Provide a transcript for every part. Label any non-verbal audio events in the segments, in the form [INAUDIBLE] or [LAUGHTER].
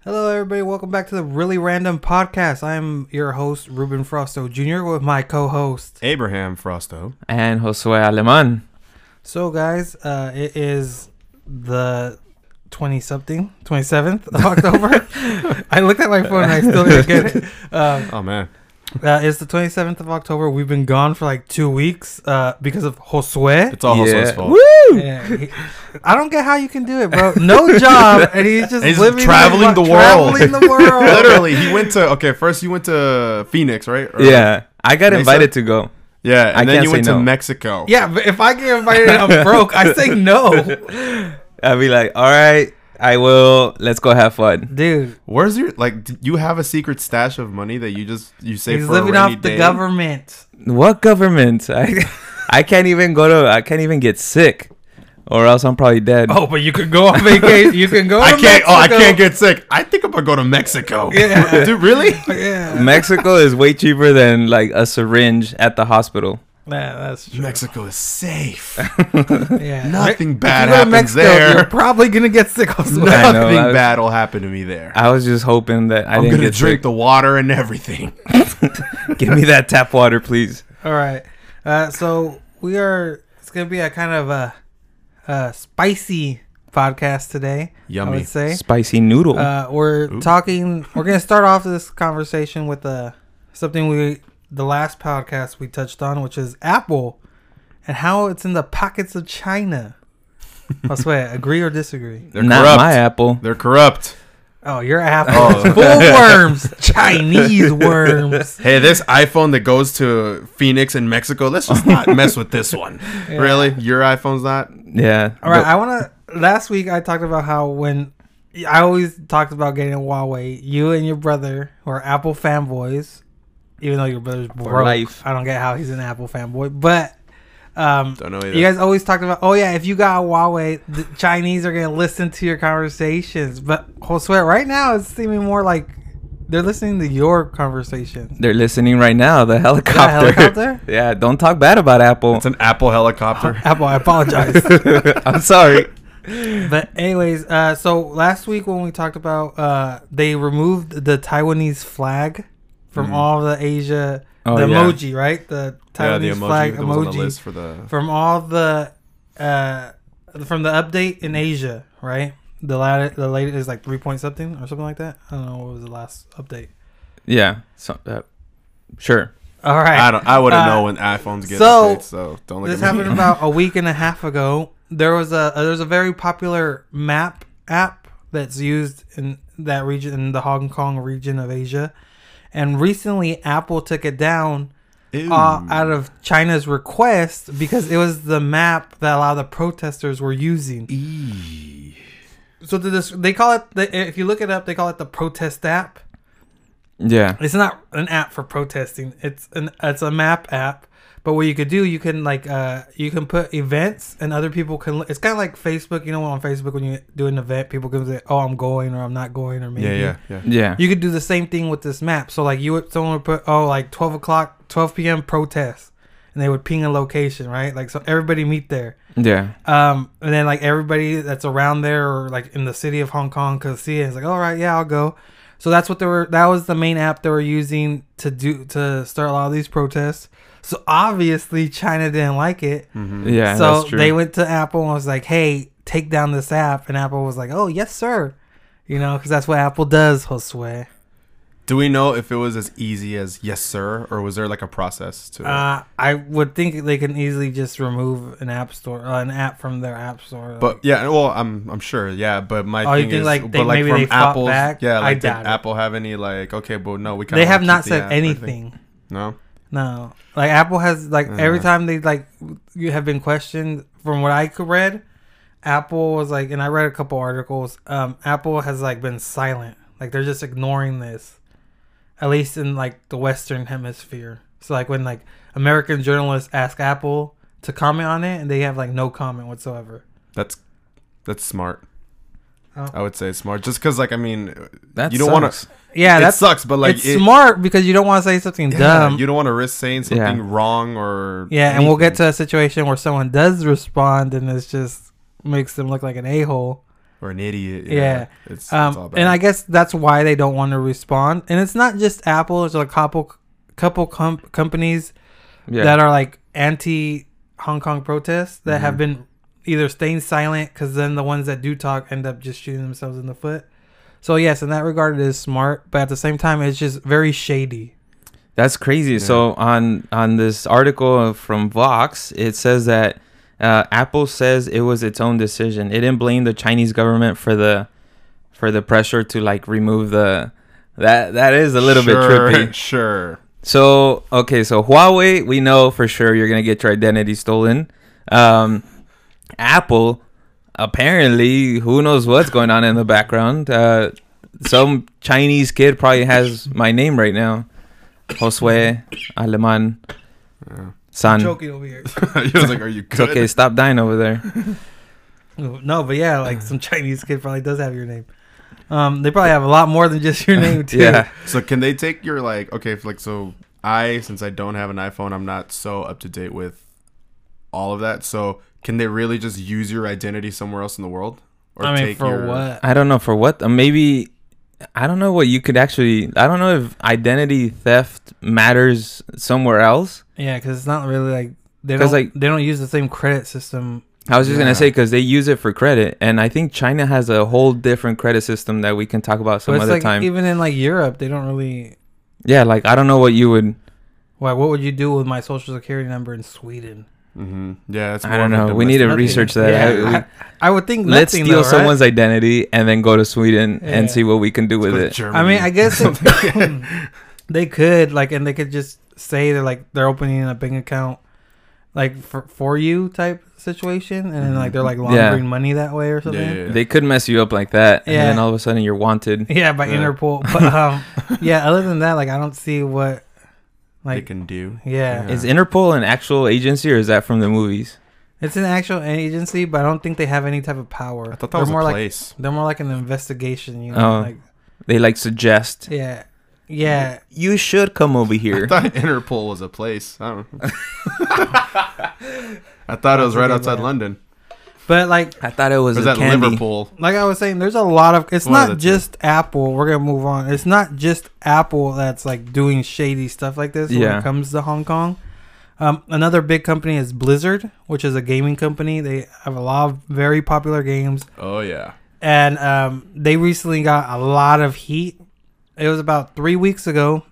Hello, everybody. Welcome back to the Really Random Podcast. I'm your host, Ruben Frosto Jr., with my co host. Abraham Frosto. and Josue Aleman. So, guys, uh, it is the 20 something, 27th of October. [LAUGHS] I looked at my phone and I still didn't get it. Um, Oh man, uh, it's the 27th of October. We've been gone for like two weeks uh, because of Josue. it's all Yeah. Josue's fault. Yeah, he- I don't get how you can do it, bro. No job, and he's just He's living traveling the world. Traveling the world. [LAUGHS] Literally, he went to okay. First, you went to Phoenix, right? Or- Yeah, I got Mesa? invited to go. yeah, and I then can't you went say to no. Mexico. Yeah, but if I get invited and I'm broke, I say no. I'll be like, all right, I will. Let's go have fun. Dude, Where's your like? Do you have a secret stash of money that you just you save he's for a living rainy off the day? government. What government? [LAUGHS] I, I can't even go to. I can't even get sick, or else I'm probably dead. Oh, but you can go on vacation. You can go. [LAUGHS] I to can't. Oh, I Mexico. can't get sick. I think I'm gonna go to Mexico. [LAUGHS] Yeah. [LAUGHS] dude, really? Oh, Yeah, Mexico is way cheaper than like a syringe at the hospital. nah, that's true. Mexico is [LAUGHS] safe. [LAUGHS] Yeah. Nothing If bad you go to happens Mexico, You're there. probably gonna get sick. [LAUGHS] Also. No. I know, Nothing I was- bad will happen to me there. I was just hoping that I I'm didn't gonna get drink sick. the water and everything. [LAUGHS] Give me that tap water, please. All right. Uh, so we are. It's gonna be a kind of a, a spicy podcast today. I Yummy. would say. Spicy noodle. Uh, we're talking. We're gonna start off this conversation with uh, something we the last podcast we touched on, which is Apple and how it's in the pockets of China. I swear, agree or disagree? They're Not corrupt. my apple. They're corrupt. Oh, you're Apple. Oh. It's Full worms, Chinese worms. Hey, this iPhone that goes to Phoenix and Mexico, let's just not mess with [LAUGHS] this one. Really? Your iPhone's not? Yeah. All right, I want to. Last week I talked about how when I always talked about getting a Huawei. You and your brother are Apple fanboys, even though your brother's broke. life. I don't get how he's an Apple fanboy, but um, Don't know either. you guys always talked about. Oh yeah, if you got a Huawei, the Chinese are gonna listen to your conversations. But Josue, right now it's seeming more like they're listening to your conversations. They're listening right now. The helicopter. helicopter? [LAUGHS] yeah. Don't talk bad about Apple. it's an [LAUGHS] Apple helicopter. Apple, I apologize. I'm sorry. But anyways, uh, so last week when we talked about uh, they removed the Taiwanese flag from Mm. all the Asia, Oh, the yeah. emoji, right? The yeah, Taiwanese the emoji flag that was on the emoji list for the. from all the uh, from the update in Asia, right? The lat the latest is like three point something or something like that. I don't know what was the last update. Yeah. So, uh, sure. All right, I don't. I wouldn't Uh, know when iPhones get so, so, updates, so don't look this at me. happened [LAUGHS] about a week and a half ago. There was a uh, there's a very popular map app that's used in that region in the Hong Kong region of Asia, and recently Apple took it down Ew. uh, out of China's request because it was the map that a lot of the protesters were using. Eee. So the, this, they call it the, if you look it up, they call it the protest app. Yeah. It's not an app for protesting. It's an it's a map app. But what you could do, you can like uh you can put events and other people can. It's kind of like Facebook. You know, on Facebook when you do an event, people can say, "Oh, I'm going" or "I'm not going" or maybe. [LAUGHS] Yeah, yeah, yeah. Yeah. You could do the same thing with this map. So like you would someone would put oh like 12 o'clock 12 p.m. protest, and they would ping a location right like so everybody meet there. yeah. Um, and then like everybody that's around there or like in the city of Hong Kong could see it. It's like, all right, yeah, I'll go. So that's what they were. That was the main app they were using to do to start a lot of these protests. So obviously China didn't like it. Yeah. so that's true. they went to Apple and was like, hey, take down this app. And Apple was like, oh yes, sir. You know, because that's what Apple does, Josue. Do we know if it was as easy as yes, sir, or was there like a process to? it? Uh, I would think they can easily just remove an app store, uh, an app from their app store. But yeah, well, I'm I'm sure, yeah. But my Oh, you thing think, is, like, they- but like maybe from they fought Apple's, back? yeah, I like did doubt it. Apple have any like? Okay, but no, we kind they have not said anything. No, No, like Apple has like every time they like you have been questioned from what I could read, Apple was like, and I read a couple articles. Um, Apple has like been silent, like they're just ignoring this, at least in like the Western Hemisphere. So like when like American journalists ask Apple to comment on it, and they have like no comment whatsoever. that's that's smart. Oh. I would say smart, just because like I mean, That you don't want sucks. to. Yeah, it that's sucks, but like it's it- smart because you don't want to say something yeah, dumb. You don't want to risk saying Yeah. something wrong or Yeah, and we'll get anything. to a situation where someone does respond and it's just makes them look like an a hole. or an idiot. Yeah. It's, it's all Um, bad. and I guess that's why they don't want to respond. And it's not just Apple; it's a couple couple com- companies Yeah. that are like anti Hong Kong protests that have been either staying silent because then the ones that do talk end up just shooting themselves in the foot. So yes, in that regard, it is smart, but at the same time, it's just very shady. That's crazy. So on on this article from Vox, it says that uh, Apple says it was its own decision. It didn't blame the Chinese government for the for the pressure to like remove the that that is a little Sure, bit [LAUGHS] trippy. Sure. So okay, so Huawei, we know for sure you're gonna get your identity stolen. Um, Apple, apparently, who knows what's going on in the background? Uh, some Chinese kid probably has my name right now, Josue Aleman [LAUGHS] San. Choking over here. I was like, "Are you It's good?" [LAUGHS] okay, stop dying over there. [LAUGHS] No, but yeah, like some Chinese kid probably does have your name. Um, they probably have a lot more than just your name too. Yeah, So can they take your like? Okay, if, like so, I since I don't have an iPhone, I'm not so up to date with all of that. So can they really just use your identity somewhere else in the world? Or I mean, for what? I don't know for what. uh, Maybe I don't know what you could actually. I don't know if identity theft matters somewhere else. Yeah, because it's not really like they 'Cause, don't like- like they don't use the same credit system. I was just Yeah. gonna say because they use it for credit, and I think China has a whole different credit system that we can talk about So some it's other like time. even in like Europe, they don't really. yeah, like I don't know what you would. Why? What would you do with my social security number in Sweden? Mm-hmm. Yeah, it's I more don't of a know. We need domestic- to Nothing. research that. Yeah, I- I, I would think we- let's nothing, steal though, right? someone's identity and then go to Sweden and Yeah. see what we can do with Go to it. Germany. I mean, I guess [LAUGHS] [LAUGHS] [LAUGHS] if- they could like, and they could just say they're like they're opening a bank account, like for for you type situation, and then like they're like Mm-hmm. Yeah. laundering money that way or yeah, something. yeah, Yeah, yeah. They could mess you up like that, and Yeah. then all of a sudden you're wanted. by Yeah. Interpol. [LAUGHS] But um, yeah, other than that, like I don't see what, They like, can do. yeah. Is Interpol an actual agency or is that from the movies? It's an actual agency, but I don't think they have any type of power. I thought that they're was more a like place. they're more like an investigation. You know, Oh. like They like suggest yeah, yeah. you should come over I [LAUGHS] here. thought Interpol was a place. I don't. know. I thought it was right outside London. But like I thought it was, Or is a that candy. Liverpool? like I was saying, there's a lot of. It's One of not the two. just Apple. We're gonna move on. It's not just Apple that's like doing shady stuff like this when Yeah. it comes to Hong Kong. Um, another big company is Blizzard, which is a gaming company. They have a lot of very popular games, Oh yeah. and um, they recently got a lot of heat. It was about three weeks ago.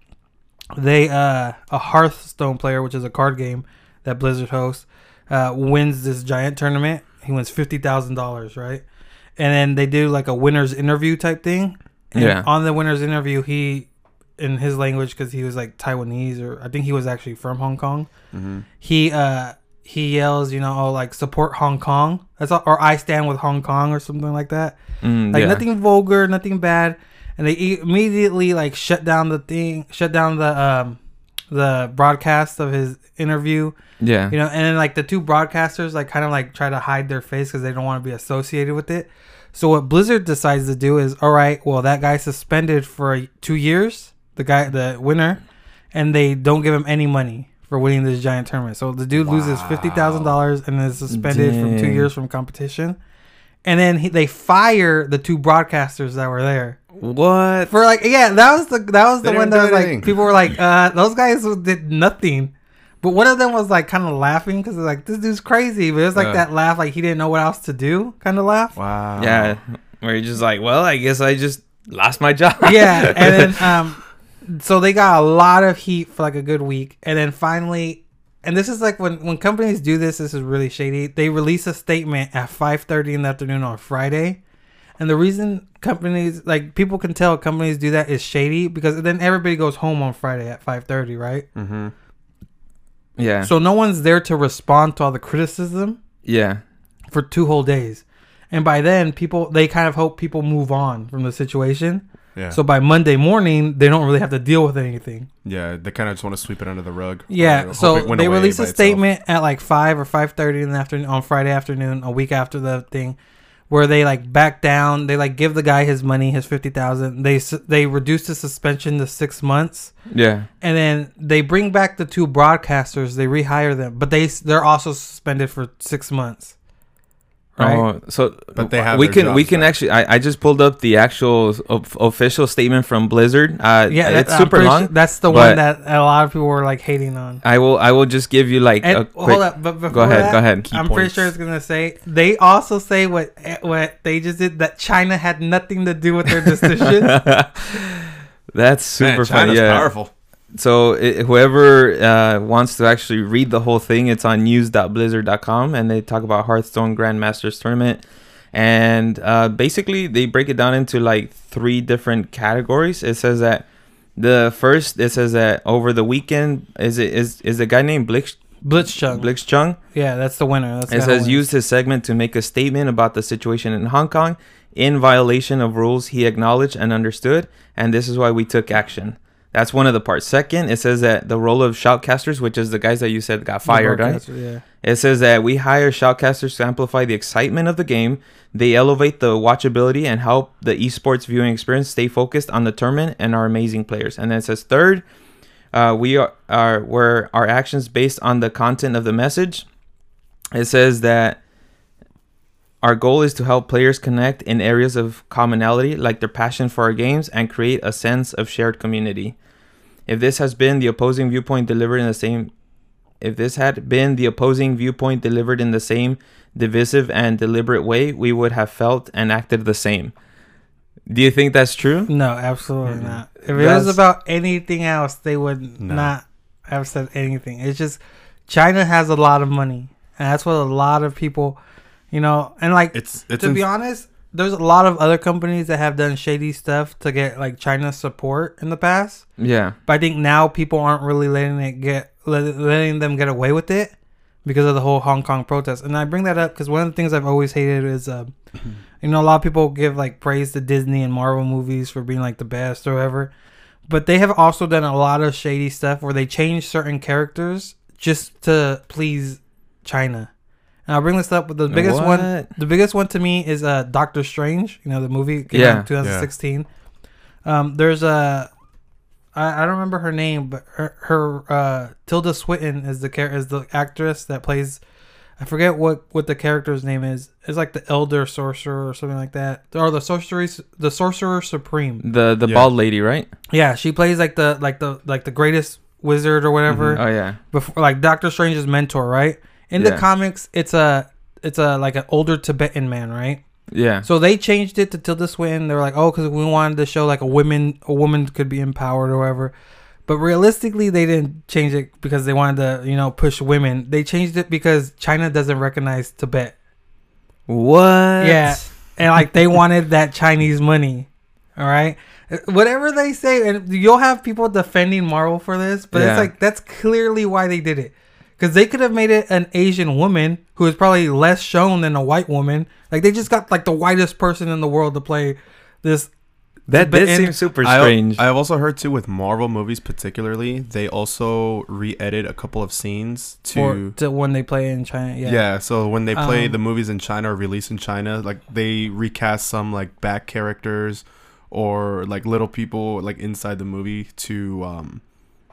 They uh, a Hearthstone player, which is a card game that Blizzard hosts, uh, wins this giant tournament. He wins fifty thousand dollars, right? And then they do like a winner's interview type thing. And Yeah. On the winner's interview, he, in his language, because he was like Taiwanese or I think he was actually from Hong Kong. He uh he yells, you know, oh, like support Hong Kong. That's all, or I stand with Hong Kong or something like that. Mm, Like yeah. nothing vulgar, nothing bad. And they i- immediately like shut down the thing, shut down the um the broadcast of his interview. yeah. You know, and then like the two broadcasters like kind of like try to hide their face because they don't want to be associated with it. So what Blizzard decides to do is, all right, well that guy suspended for two years, the guy, the winner, and they don't give him any money for winning this giant tournament. So the dude loses fifty thousand dollars and is suspended from two Dang. years from competition. And then he, they fire the two broadcasters that were there What? for like yeah that was the that was the They one didn't that do was anything. like people were like uh those guys did nothing but one of them was like kind of laughing because like this dude's crazy but it was like Uh. that laugh like he didn't know what else to do kind of laugh Wow. Yeah, where you're just like, well, I guess I just lost my job. yeah and then um so they got a lot of heat for like a good week and then finally and this is like when when companies do this this is really shady they release a statement at 5.30 in the afternoon on friday and the reason companies like people can tell companies do that is shady because then everybody goes home on friday at 5.30 right Mm-hmm. [LAUGHS] yeah, so no one's there to respond to all the criticism yeah, for two whole days and by then people they kind of hope people move on from the situation Yeah. so by monday morning they don't really have to deal with anything yeah. They kind of just want to sweep it under the rug. Yeah, Or hope it so went they away released a by itself. statement at like five or five thirty in the afternoon on Friday afternoon, a week after the thing, where they like back down. They like give the guy his money, his fifty thousand. They s- they reduce the suspension to six months, yeah. and then they bring back the two broadcasters. They rehire them, but they s- they're also suspended for six months. right? Oh, so But they have we their can we jobs can now. actually I, I just pulled up the actual of, official statement from Blizzard. Uh, yeah, yeah, that- it's I'm super pretty long. sure that's the but- one that a lot of people were like hating on. I will I will just give you like And a uh, quick. hold up, but before go ahead, that, go ahead. Key I'm pretty points. sure it's gonna say they also say what what they just did that China had nothing to do with their [LAUGHS] decision. [LAUGHS] That's super Man, funny. China's Yeah. powerful. So i whoever uh, wants to actually read the whole thing, it's on news.blizzard.com, and they talk about Hearthstone Grandmasters tournament. And uh, basically, they break it down into like three different categories. It says that the first, it says that over the weekend, is it is is a guy named Blix Blitzchung. Blixchung? yeah, that's the winner. That's It the says winner. used his segment to make a statement about the situation in Hong Kong in violation of rules he acknowledged and understood, and this is why we took action. That's one of the parts. Second, it says that the role of shoutcasters, which is the guys that you said got The fired, right? broadcaster, Yeah. It says that we hire shoutcasters to amplify the excitement of the game. They elevate the watchability and help the esports viewing experience stay focused on the tournament and our amazing players. And then it says third, uh, we are, are were our actions based on the content of the message. It says that our goal is to help players connect in areas of commonality, like their passion for our games, and create a sense of shared community. If this has been the opposing viewpoint delivered in the same if this had been the opposing viewpoint delivered in the same divisive and deliberate way, we would have felt and acted the same. Do you think that's true? No, absolutely Mhm. not. If it That's- was about anything else, they would No. not have said anything. It's just China has a lot of money, and that's what a lot of people, you know, and like It's it's to in- be honest, there's a lot of other companies that have done shady stuff to get like China's support in the past. Yeah. But I think now people aren't really letting it get let- letting them get away with it because of the whole Hong Kong protest. And I bring that up because one of the things I've always hated is, uh, you know, a lot of people give like praise to Disney and Marvel movies for being like the best or whatever, but they have also done a lot of shady stuff where they change certain characters just to please China. And I'll bring this up, but the biggest one What? the biggest one to me is uh Doctor Strange. You know the movie came out Yeah. in 2016. Um, there's a I, I don't remember her name, but her, her uh, Tilda Swinton is the char- is the actress that plays. I forget what what the character's name is. It's like the Elder Sorcerer or something like that, or the Sorcery the Sorcerer Supreme. The the Yeah. bald lady, right? Yeah, she plays like the like the like the greatest wizard or whatever Oh yeah. before like Doctor Strange's mentor, right? In the Yeah. comics, it's a it's a like an older Tibetan man, right? Yeah. So they changed it to Tilda Swinton. They were like, oh, because we wanted to show like a women a woman could be empowered or whatever. But realistically, they didn't change it because they wanted to you know push women. They changed it because China doesn't recognize Tibet, What? Yeah. and like they wanted that Chinese money. All right, Uh, whatever they say, and you'll have people defending Marvel for this, but Yeah. it's like that's clearly why they did it. Because they could have made it an Asian woman who is probably less shown than a white woman. Like they just got like the whitest person in the world to play this That But did in- seem super I- strange. I've also heard too with Marvel movies, particularly, they also re-edit a couple of scenes to. for to when they play in China. yeah. Yeah. so when they play Um, the movies in China or release in China, like they recast some like back characters or like little people like inside the movie to um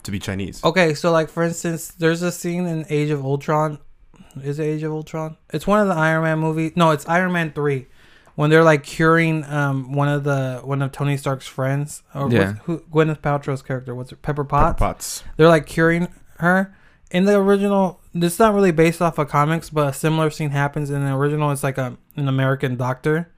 to be Chinese. Okay, so like for instance, there's a scene in Age of Ultron. Is it Age of Ultron? It's one of the Iron Man movies. No, it's Iron Man three, when they're like curing um one of the one of Tony Stark's friends. Or Yeah. what's- who Gwyneth Paltrow's character? What's it? Pepper Pepper Potts. Potts. they're like curing her in the original it's not really based off of comics but a similar scene happens in the original it's like a, an american doctor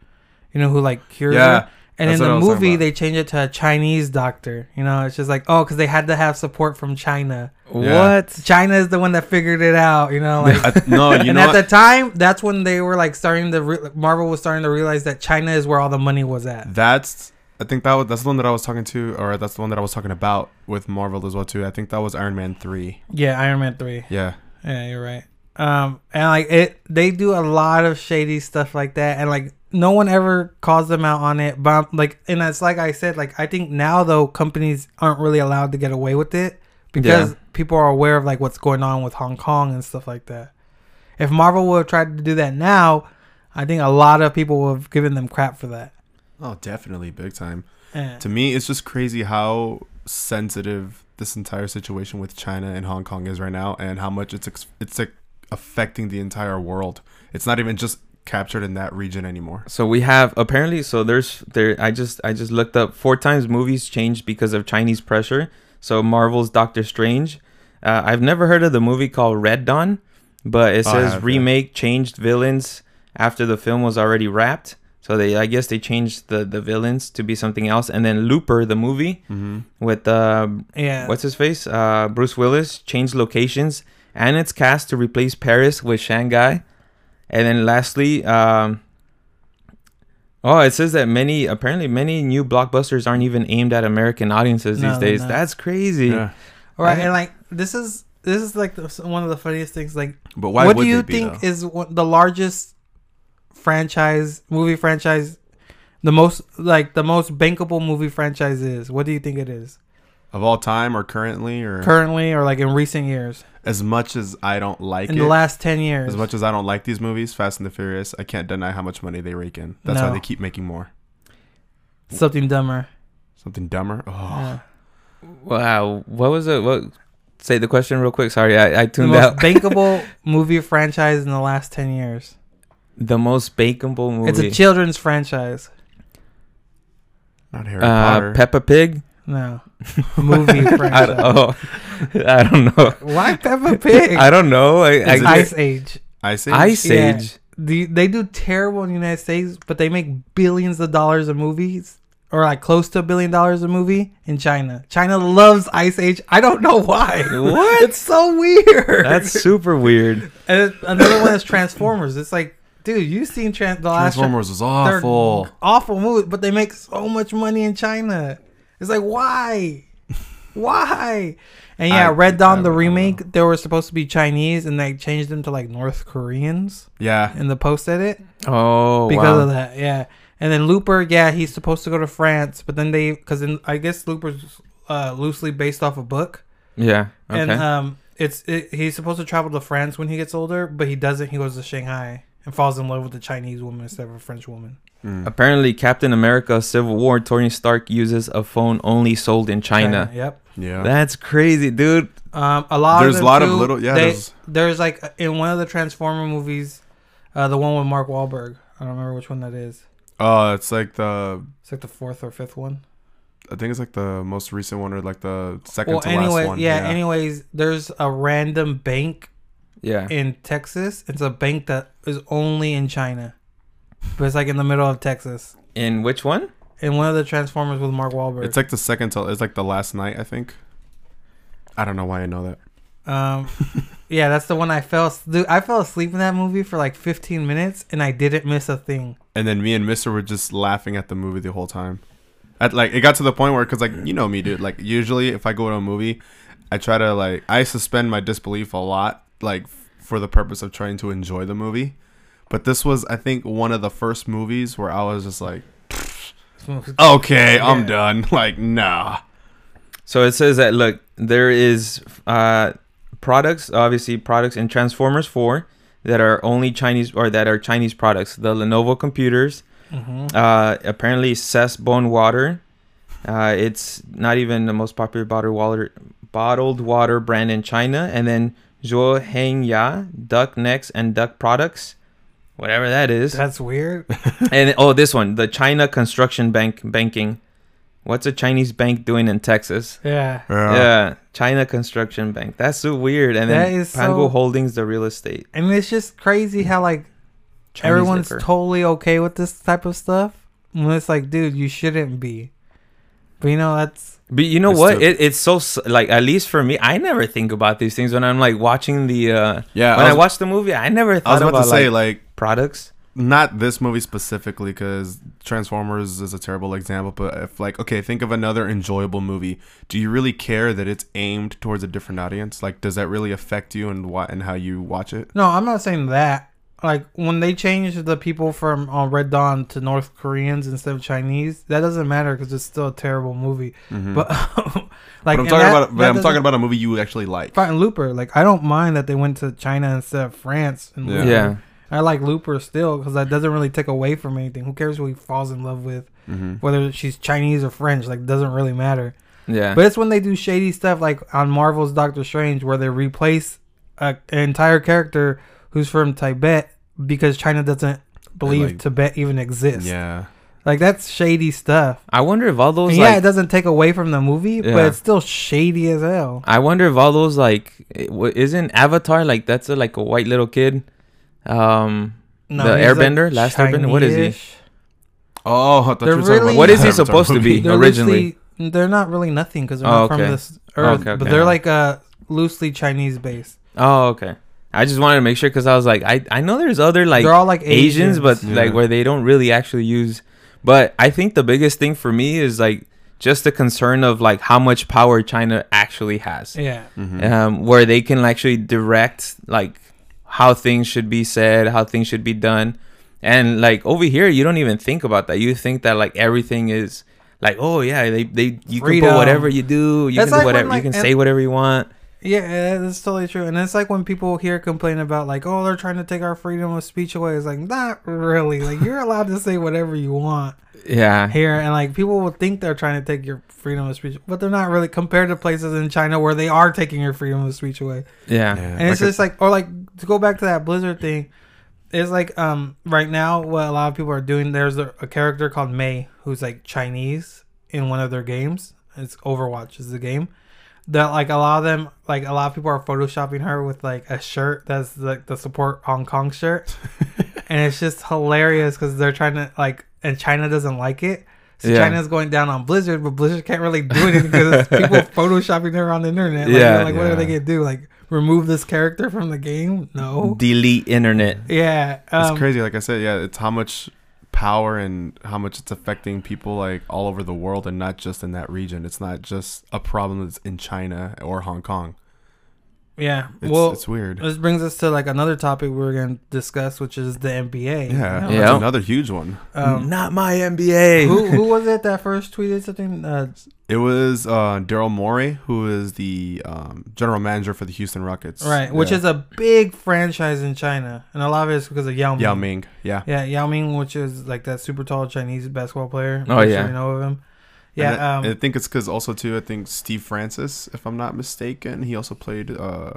you know who like cures Yeah, her and in that's what I the was talking movie about. they change it to a chinese doctor you know it's just like oh because they had to have support from china Yeah. What? china is the one that figured it out you know like [LAUGHS] I- [LAUGHS] no, you and know at what? the time that's when they were like starting to re- marvel was starting to realize that china is where all the money was at That's I think that was that's the one that I was talking to, or that's the one that I was talking about with Marvel as well too. I think that was Iron Man three. yeah iron man 3 Yeah, Yeah, you're right. Um, and like it, they do a lot of shady stuff like that, and like no one ever calls them out on it. But I'm- like, and it's like I said, like I think now though companies aren't really allowed to get away with it because Yeah. people are aware of like what's going on with Hong Kong and stuff like that. If Marvel would have tried to do that now, I think a lot of people would have given them crap for that. oh, definitely big time. Yeah. To me, it's just crazy how sensitive this entire situation with China and Hong Kong is right now, and how much it's ex- it's like, affecting the entire world. It's not even just captured in that region anymore. So we have apparently so there's there I just I just looked up four times movies changed because of Chinese pressure. So Marvel's Doctor Strange. Uh, I've never heard of the movie called Red Dawn, but it Oh, I says have, yeah. remake changed villains after the film was already wrapped. So they I guess they changed the the villains to be something else and then Looper the movie Mm-hmm. with uh, Yeah. what's his face? Uh, Bruce Willis changed locations and its cast to replace Paris with Shanghai. And then lastly, um, oh, it says that many apparently many new blockbusters aren't even aimed at American audiences No, these they're days. not. That's crazy. Yeah. All right, I- and like this is this is like the, one of the funniest things. Like, But why what would do you they be, think though? is one, the largest franchise movie franchise, the most like the most bankable movie franchise is? What do you think it is of all time or currently or currently, or like in recent years? as much as I don't like in it, the last ten years, as much as I don't like these movies, Fast and the Furious, I can't deny how much money they rake in. That's why No. they keep making more. something dumber. Something dumber. Oh, Yeah. Wow, what was it? What say the question real quick? Sorry, I, I The tuned most [LAUGHS] out. bankable movie franchise in the last ten years. [LAUGHS] the most bankable movie. It's a children's franchise. not Harry uh, Potter. Peppa Pig. [LAUGHS] No, movie I, franchise. oh, [LAUGHS] I don't know. Why Peppa Pig? I don't know. I, It's I, Ice Age. I see. Ice Yeah. Age. the, they do terrible in the United States, but they make billions of dollars of movies, or like close to a billion dollars a movie in China. China loves Ice Age. I don't know why. [LAUGHS] What? It's so weird. That's super weird. [LAUGHS] and another one is Transformers. It's like, dude, you've seen Trans- the last Transformers. Transformers was they're awful. awful movie, but they make so much money in China. It's like why, why? And yeah, I- Red Dawn I- the I don't remake. They were supposed to be Chinese, and they changed them to like North Koreans Yeah. in the post edit. Oh, because wow. of that. Yeah, and then Looper, yeah, he's supposed to go to France, but then they because I guess Looper's uh, loosely based off a book, yeah. Okay. and um, it's it, he's supposed to travel to France when he gets older, but he doesn't. He goes to Shanghai and falls in love with a Chinese woman instead of a French woman. Mm. Hmm. Apparently, Captain America: Civil War. Tony Stark uses a phone only sold in China. Yep. Yeah. That's crazy, dude. Um, a lot. There's of a them, lot of too, little. Yeah. they- there's, there's like in one of the Transformer movies, uh, the one with Mark Wahlberg. I don't remember which one that is. uh, it's like the. It's like the fourth or fifth one. I think it's like the most recent one or like the second Well, to anyway, last one. yeah. Anyways, there's a random bank Yeah. in Texas. It's a bank that is only in China, but it's like in the middle of Texas. In which one? And one of the Transformers with Mark Wahlberg. It's like the second to. It's like the last night. I think. I don't know why I know that. um, yeah, that's the one I fell. as- Dude, I fell asleep in that movie for like 15 minutes, and I didn't miss a thing. and then me and Mister were just laughing at the movie the whole time. At like it got to the point where, cause like you know me, dude. Like usually if I go to a movie, I try to like I suspend my disbelief a lot, like f- for the purpose of trying to enjoy the movie. But this was, I think, one of the first movies where I was just like, Oh. okay, I'm Yeah. done. [LAUGHS] Like nah, So it says that look, there is uh, products, obviously products in Transformers Four that are only Chinese or that are Chinese products. The Lenovo computers, hmm uh, apparently Cessbone water. Uh, it's not even the most popular bottled water bottled water brand in China. And then Zhuo Heng Ya, Duck Necks and Duck Products, whatever that is. That's [LAUGHS] weird. and oh, this one, the China Construction Bank banking. What's a Chinese bank doing in Texas? Yeah. yeah, China Construction Bank. That's so weird. And That then is Pango so- Holdings, the real estate. And it's just crazy how like Chinese everyone's liquor. totally okay with this type of stuff. When it's like, dude, you shouldn't be. But you know, that's But you know It's what? the- It, it's so s- like at least for me, I never think about these things when I'm like watching the. Uh, yeah. when I I, was, watch the movie, I never I was thought about about, to say like, like products. not this movie specifically because transformers is a terrible example but if like okay think of another enjoyable movie do you really care that it's aimed towards a different audience like does that really affect you and what and how you watch it No, I'm not saying that. Like when they changed the people from uh, Red Dawn to North Koreans instead of Chinese, that doesn't matter because it's still a terrible movie. But [LAUGHS] like Mm-hmm. but i'm and talking that- about but that i'm talking doesn't- about a movie you actually like Fine, Looper. Like I don't mind that they went to China instead of France. And Yeah. Yeah. Looper. I like Looper still because that doesn't really take away from anything. Who cares who he falls in love with, hmm whether she's Chinese or French? Like doesn't really matter. Yeah. But it's when they do shady stuff like on Marvel's Doctor Strange, where they replace a, an entire character who's from Tibet because China doesn't believed like- Tibet even exists. Yeah. Like that's shady stuff. I wonder if all those And yeah, like it doesn't take away from the movie, but Yeah. it's still shady as hell. I wonder if all those like i- w- isn't Avatar like that's a, like a white little kid. Um, The he's, Airbender? Last Airbender? What is he? Chinese-ish. Oh, I thought They're you were talking really- about What is he Avatar supposed to [LAUGHS] movie. be? They're Originally. loosely- they're not really nothing because they're Oh, not from okay. this earth, Okay, but okay. they're like uh, loosely Chinese based. oh okay. I just wanted to make sure because I was like, I I know there's other like they're all like Asians, but Yeah. like where they don't really actually use. But I think the biggest thing for me is like just the concern of like how much power China actually has, yeah, Mhm. um, where they can actually direct like how things should be said, how things should be done, and like over here you don't even think about that. You think that like everything is like oh yeah they they you can Freedom. put whatever you do, you That's can do like when, whatever like, you can in- say whatever you want. yeah, yeah, that's totally true. And it's like when people here complain about like, oh, they're trying to take our freedom of speech away. It's like not really. Like you're allowed to say whatever you want Yeah, here, and like people will think they're trying to take your freedom of speech, but they're not really. Compared to places in China where they are taking your freedom of speech away. yeah, Yeah. and it's Like a- just like or like to go back to that blizzard thing it's like um right now what a lot of people are doing there's a, a character called may who's like chinese in one of their games it's overwatch is the game that like a lot of them like a lot of people are photoshopping her with like a shirt that's like the support hong kong [LAUGHS] shirt and it's just hilarious because they're trying to like and china doesn't like it so Yeah. China's going down on Blizzard, but Blizzard can't really do anything [LAUGHS] because it's people photoshopping her on the internet. Like, Yeah. they're like what are Yeah. they gonna do? Like remove this character from the game? No. delete internet. Yeah. It's Um, crazy. Like I said, yeah, it's how much power and how much it's affecting people like all over the world and not just in that region. It's not just a problem that's in China or Hong Kong. Yeah. It's, well, it's weird. this brings us to like another topic we were gonna discuss, which is the NBA. yeah, that's Yeah. another huge one. Um, Not my NBA. who who was it that first tweeted something? Uh, It was uh, Daryl Morey, who is the um, general manager for the Houston Rockets. right, which Yeah. is a big franchise in China, and a lot of it's because of Yao Ming. Yao Ming. Yeah. Yeah, Yao Ming, which is like that super tall Chinese basketball player. Oh, I'm sure yeah. you know of him. And Yeah. I, Um, I think it's because also too. I think Steve Francis, if I'm not mistaken, he also played uh,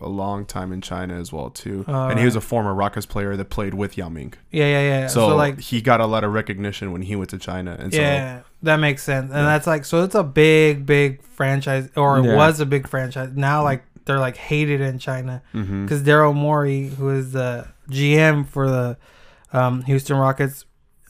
a long time in China as well too. Oh, and he was a right. former Rockets player that played with Yao Ming. yeah, yeah, yeah. So, like, he got a lot of recognition when he went to China. And so, yeah, that makes sense. And Yeah. that's like so it's a big, big franchise, or it Yeah. was a big franchise. Now like they're like hated in China Mhm. because Daryl Morey, who is the GM for the um, Houston Rockets,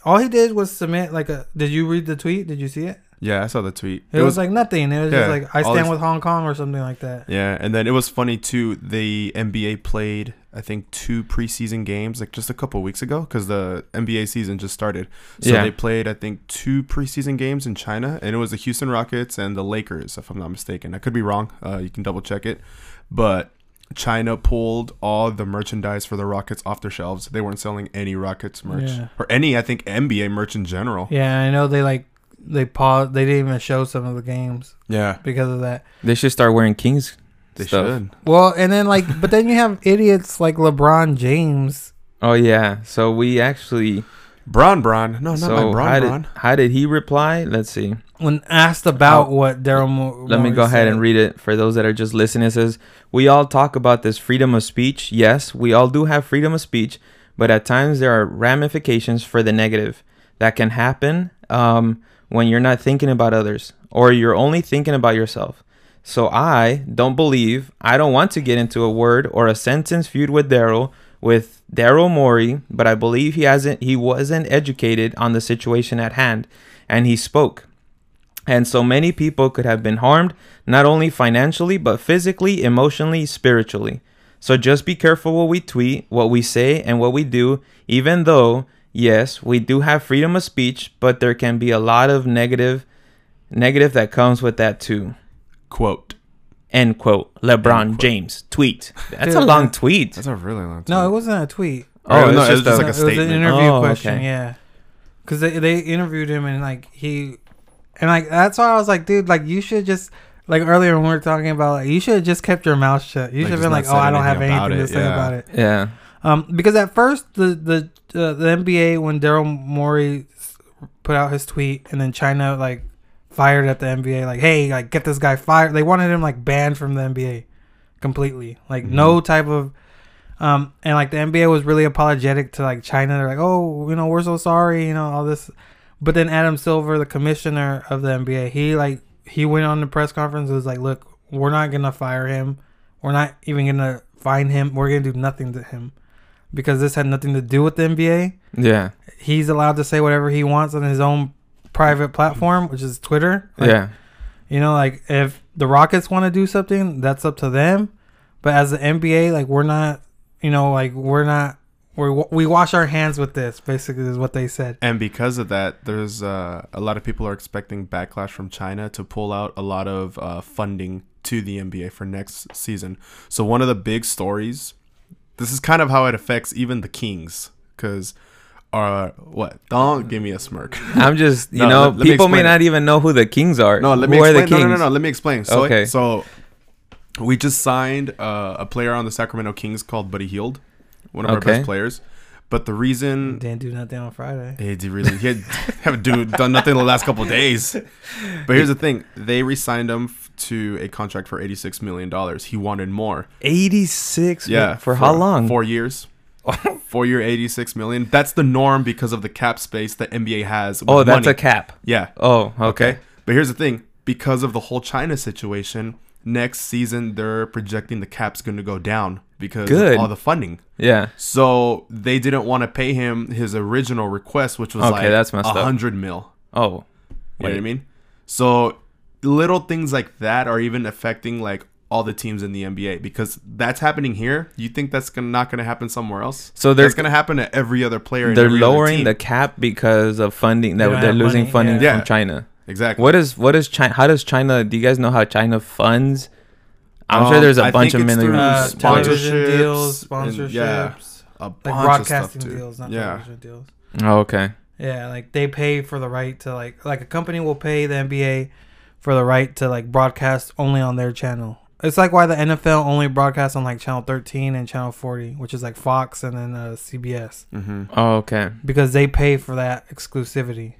all he did was submit like a. Did you read the tweet? Did you see it? yeah, I saw the tweet. It, was, like nothing. It was just yeah, like I all stand these- with Hong Kong or something like that. yeah, and then it was funny too. The NBA played, I think, two preseason games like just a couple weeks ago because the NBA season just started. So Yeah. they played, I think, two preseason games in China, and it was the Houston Rockets and the Lakers, if I'm not mistaken. I could be wrong. Uh, you can double check it, but. China pulled all the merchandise for the Rockets off their shelves. They weren't selling any Rockets merch Yeah. or any, I think, NBA merch in general. Yeah, I know they like they paused. They didn't even show some of the games Yeah, because of that. They should start wearing Kings. they stuff. should. Well, and then like, but then you have [LAUGHS] idiots like LeBron James. Oh yeah. So we actually Bron Bron. No, Oh, not so my how Bron did Bron. how did he reply? Let's see. when asked about Oh, what Daryl Mo- Let me Morey go ahead said. and read it for those that are just listening. It says, "We all talk about this freedom of speech. Yes, we all do have freedom of speech, but at times there are ramifications for the negative that can happen um, when you're not thinking about others or you're only thinking about yourself." So I don't believe I don't want to get into a word or a sentence feud with Daryl with Daryl Morey, but I believe he hasn't he wasn't educated on the situation at hand, and he spoke. And so many people could have been harmed, not only financially, but physically, emotionally, spiritually. So just be careful what we tweet, what we say, and what we do, even though, yes, we do have freedom of speech, but there can be a lot of negative negative that comes with that too. Quote. End quote. LeBron End quote. James tweet. That's a Dude, long that- tweet. That's a really long time. No, it wasn't a tweet. Oh, Oh, no, it's it was just just a- like a it was an statement. interview Oh, question. okay. Yeah, because they they interviewed him and like he, and like that's why I was like, dude, like you should just like earlier when we were talking about, like you should have just kept your mouth shut. You should Like, have just been not like, oh, said I don't have anything anything about to it, say yeah. about it. Yeah. Um, because at first the the uh, the NBA when Daryl Morey s- put out his tweet and then China like fired at the NBA like, hey, like get this guy fired. They wanted him like banned from the NBA completely, like no type of Um, and like the NBA was really apologetic to like China. They're like, oh, you know, we're so sorry, you know, all this. But then Adam Silver, the commissioner of the NBA, he like he went on the press conference and was like, look, we're not gonna fire him. We're not even gonna find him. We're gonna do nothing to him because this had nothing to do with the NBA. Yeah. He's allowed to say whatever he wants on his own private platform, which is Twitter. Like, yeah. you know, like if the Rockets want to do something, that's up to them. But as the NBA, like we're not, you know, like we're not, we we wash our hands with this. Basically, is what they said. And because of that, there's uh, a lot of people are expecting backlash from China to pull out a lot of uh, funding to the NBA for next season. So one of the big stories, this is kind of how it affects even the Kings, because uh, what? Don't give me a smirk. I'm just, you No, know, let- let me people may explain it. not even know who the Kings [LAUGHS] are. No, let me Who are explain. the No, no, Kings? no, no. Let me explain. So, Okay. so we just signed uh, a player on the Sacramento Kings called Buddy Heald, one of our Okay. best players. But the reason Didn't do nothing on Friday. Hey, did really he had, haven't do, done nothing in the last couple of days. But here's the thing: they re-signed him f- to a contract for eighty-six million dollars. He wanted more. 86. Yeah, For, how long? Four [LAUGHS] years. Four-year, eighty-six million. That's the norm because of the cap space that NBA has. with oh, that's money. a cap. yeah. Oh, okay. Okay. But here's the thing: because of the whole China situation, next season they're projecting the cap's going to go down because Good. of all the funding. Yeah. So they didn't want to pay him his original request, which was Okay, like that's messed up. hundred mil. You Oh. know what I Wait. mean? So little things like that are even affecting like all the teams in the NBA because that's happening here. You think that's gonna, not going to happen somewhere else? So they're- that's going to happen to every other player. in They're every other lowering team. the cap because of funding that They don't they're have losing money, funding yeah. Yeah. from China. exactly. What is what is China? How does China? Do you guys know how China funds? I'm sure Um, there's a I bunch think of it's millions. through Uh, sponsorships television deals, and- sponsorships, yeah, a like bunch of stuff, broadcasting dude. deals, not yeah. television deals. Oh, okay. Yeah, like they pay for the right to like like a company will pay the NBA for the right to like broadcast only on their channel. It's like why the NFL only broadcasts on like channel 13 and channel 40, which is like Fox and then uh, CBS Mm-hmm. Oh, okay. because they pay for that exclusivity.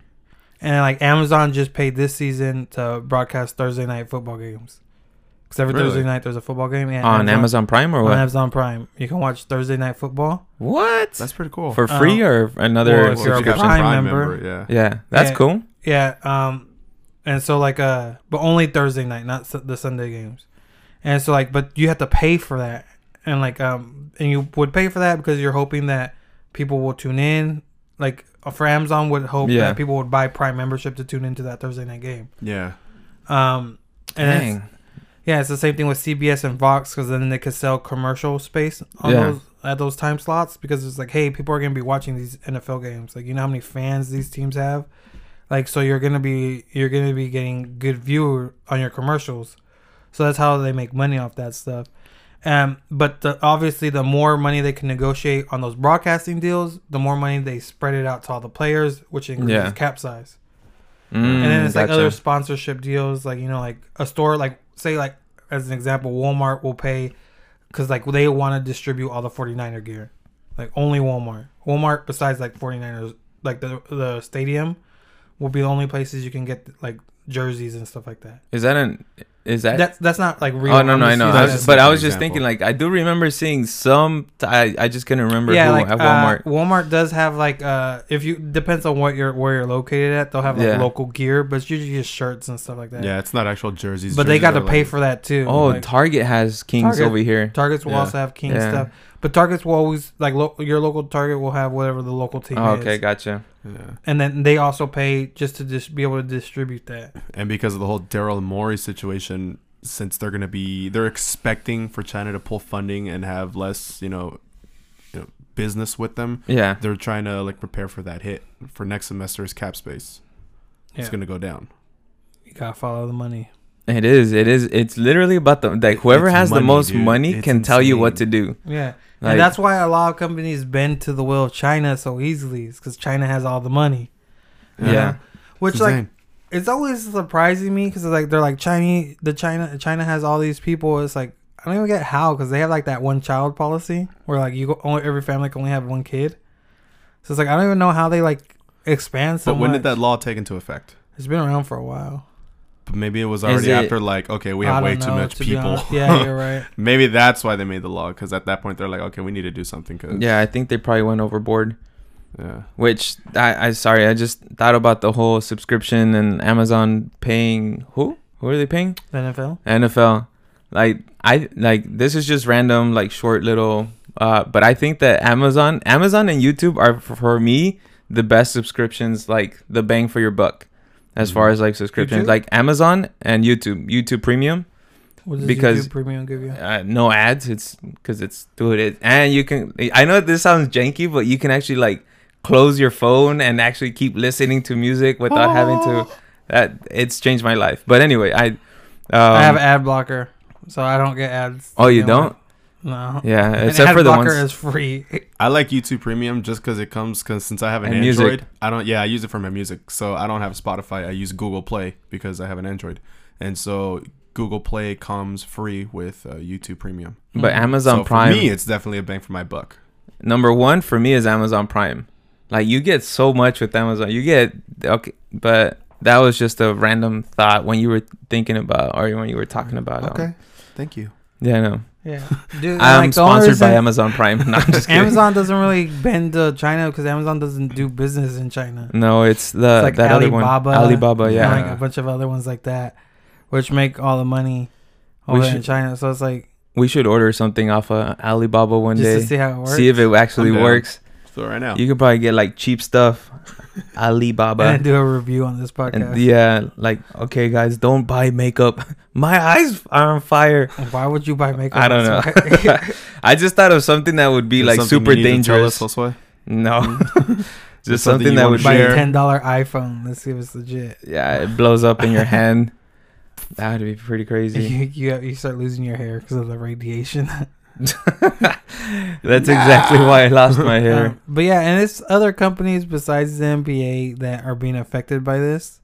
And like Amazon just paid this season to broadcast Thursday night football games. Cuz every Really? Thursday night there's a football game yeah, On Amazon Prime or on what? Amazon Prime. You can watch Thursday night football. What? That's pretty cool. For free Uh, or another well, if you're a subscription? Prime member. yeah. Yeah, that's Yeah. cool. Yeah. Um, and so like uh, but only Thursday night, not su- the Sunday games. And so like, but you have to pay for that, and like um, and you would pay for that because you're hoping that people will tune in. Like uh, for Amazon would hope Yeah. that people would buy Prime membership to tune into that Thursday night game. Yeah. Um, and it's- Dang. yeah, it's the same thing with CBS and Fox because then they could sell commercial space on Yeah. those at those time slots because it's like, hey, people are gonna be watching these NFL games. Like, you know how many fans these teams have. Like, so you're gonna be you're gonna be getting good viewer on your commercials. So that's how they make money off that stuff. Um, but the, obviously, the more money they can negotiate on those broadcasting deals, the more money they spread it out to all the players, which increases Yeah. cap size Mm, and then it's like gotcha. other sponsorship deals like you know like a store like say like as an example walmart will pay because like they want to distribute all the 49er gear like only walmart walmart besides like 49ers like the the stadium will be the only places you can get like jerseys and stuff like that Is that an? Is that? that's that's not like real oh no no I I'm just know. using that I was That's as- just, but like I an was just example. thinking like I do remember seeing some. I I just couldn't remember yeah, who like at Walmart. Walmart. Uh, Walmart does have like uh, if you depends on what you're where you're located at, they'll have like Yeah. local gear, but it's usually just shirts and stuff like that. Yeah, it's not actual jerseys. but they Jerseys got to are, pay like- for that too. oh, like- Target has Kings Target. over here. Targets will Yeah. also have King Yeah. stuff, but Targets will always like lo- your local Target will have whatever the local team Oh, is. okay, gotcha. Yeah. And then they also pay just to just be able to distribute that. and because of the whole Daryl Morey situation, since they're gonna be, they're expecting for China to pull funding and have less, you know, you know business with them. Yeah. They're trying to like prepare for that hit for next semester's cap space. It's Yeah. gonna go down. You gotta follow the money. It is. It is. It's literally about the like It- whoever it's has money, the most dude. money It's can tell you what to insane. do. Yeah, Like- and that's why a lot of companies bend to the will of China so easily, because China has all the money. you Yeah. know? which It's like insane. it's always surprising me because like they're like Chinese, the China China has all these people. It's like I don't even get how because they have like that one child policy where like you go, only every family can only have one kid. So it's like I don't even know how they like expand so but when did much. that law take into effect? It's been around for a while. B- maybe it was already it- after like okay we I have don't way too know, much to be people honest. Yeah, you're [LAUGHS] right. [LAUGHS] maybe that's why they made the law because at that point they're like okay we need to do something 'cause- Yeah, I think they probably went overboard. yeah Which I, I sorry, I just thought about the whole subscription and Amazon paying who? Who are they paying? The NFL. NFL. Like I like this is just random, like short little. Uh, but I think that Amazon, Amazon and YouTube are f- for me the best subscriptions, like the bang for your buck, as far Mhm. as like subscriptions, Mm-hmm. YouTube? like Amazon and YouTube, YouTube Premium. What does Because- YouTube Premium give you? Uh, no ads. It's because it's dude. It and you can. I know this sounds janky, but you can actually like close your phone and actually keep listening to music without having [GASPS] to. That it's changed my life. But anyway, I. Um, I have ad blocker, so I don't get ads. Oh, you anymore. don't? No. Yeah, And except ad for the blocker is ones. free. i like youtube premium just because it comes because since i have an And music. android i don't yeah i use it for my music so i don't have spotify i use google play because i have an android and so google play comes free with uh, youtube premium But Mhm. Amazon so Prime, for me it's definitely a bang for my buck number one for me is Amazon Prime. Like you get so much with Amazon. You get okay, but that was just a random thought when you were thinking about or when you were talking about. um, thank you yeah, no. [LAUGHS] Yeah. Dude, I'm like, the only sponsored by reason- Amazon Prime. [LAUGHS] No, I'm just kidding. Amazon doesn't really bend to China because Amazon doesn't do business in China. No, it's the it's like that Alibaba, other one. Alibaba, and, Oh, yeah. like a bunch of other ones like that, which make all the money We over in should- China. So it's like We should order something off of Alibaba one just day. to see how it works. See if it actually I'm down. works. so right now You could probably get like cheap [LAUGHS] stuff. and then Alibaba. do a review on this podcast. And yeah, like okay guys, don't buy makeup. [LAUGHS] My eyes are on fire. Why would you buy makeup? I don't That's [LAUGHS] know. why- [LAUGHS] I just thought of something that would be There's like something super you need to tell dangerous. us, Josue? No, [LAUGHS] something just something you that wanna would buy be, share? a ten dollar iPhone. Let's see if it's legit. yeah, it blows up in your hand. That would be pretty [LAUGHS] You, [LAUGHS] crazy. [LAUGHS] you you start losing your hair because of the radiation. That's exactly why I lost my hair. [LAUGHS] Um, but yeah, and it's other companies besides the NBA that are being affected by this.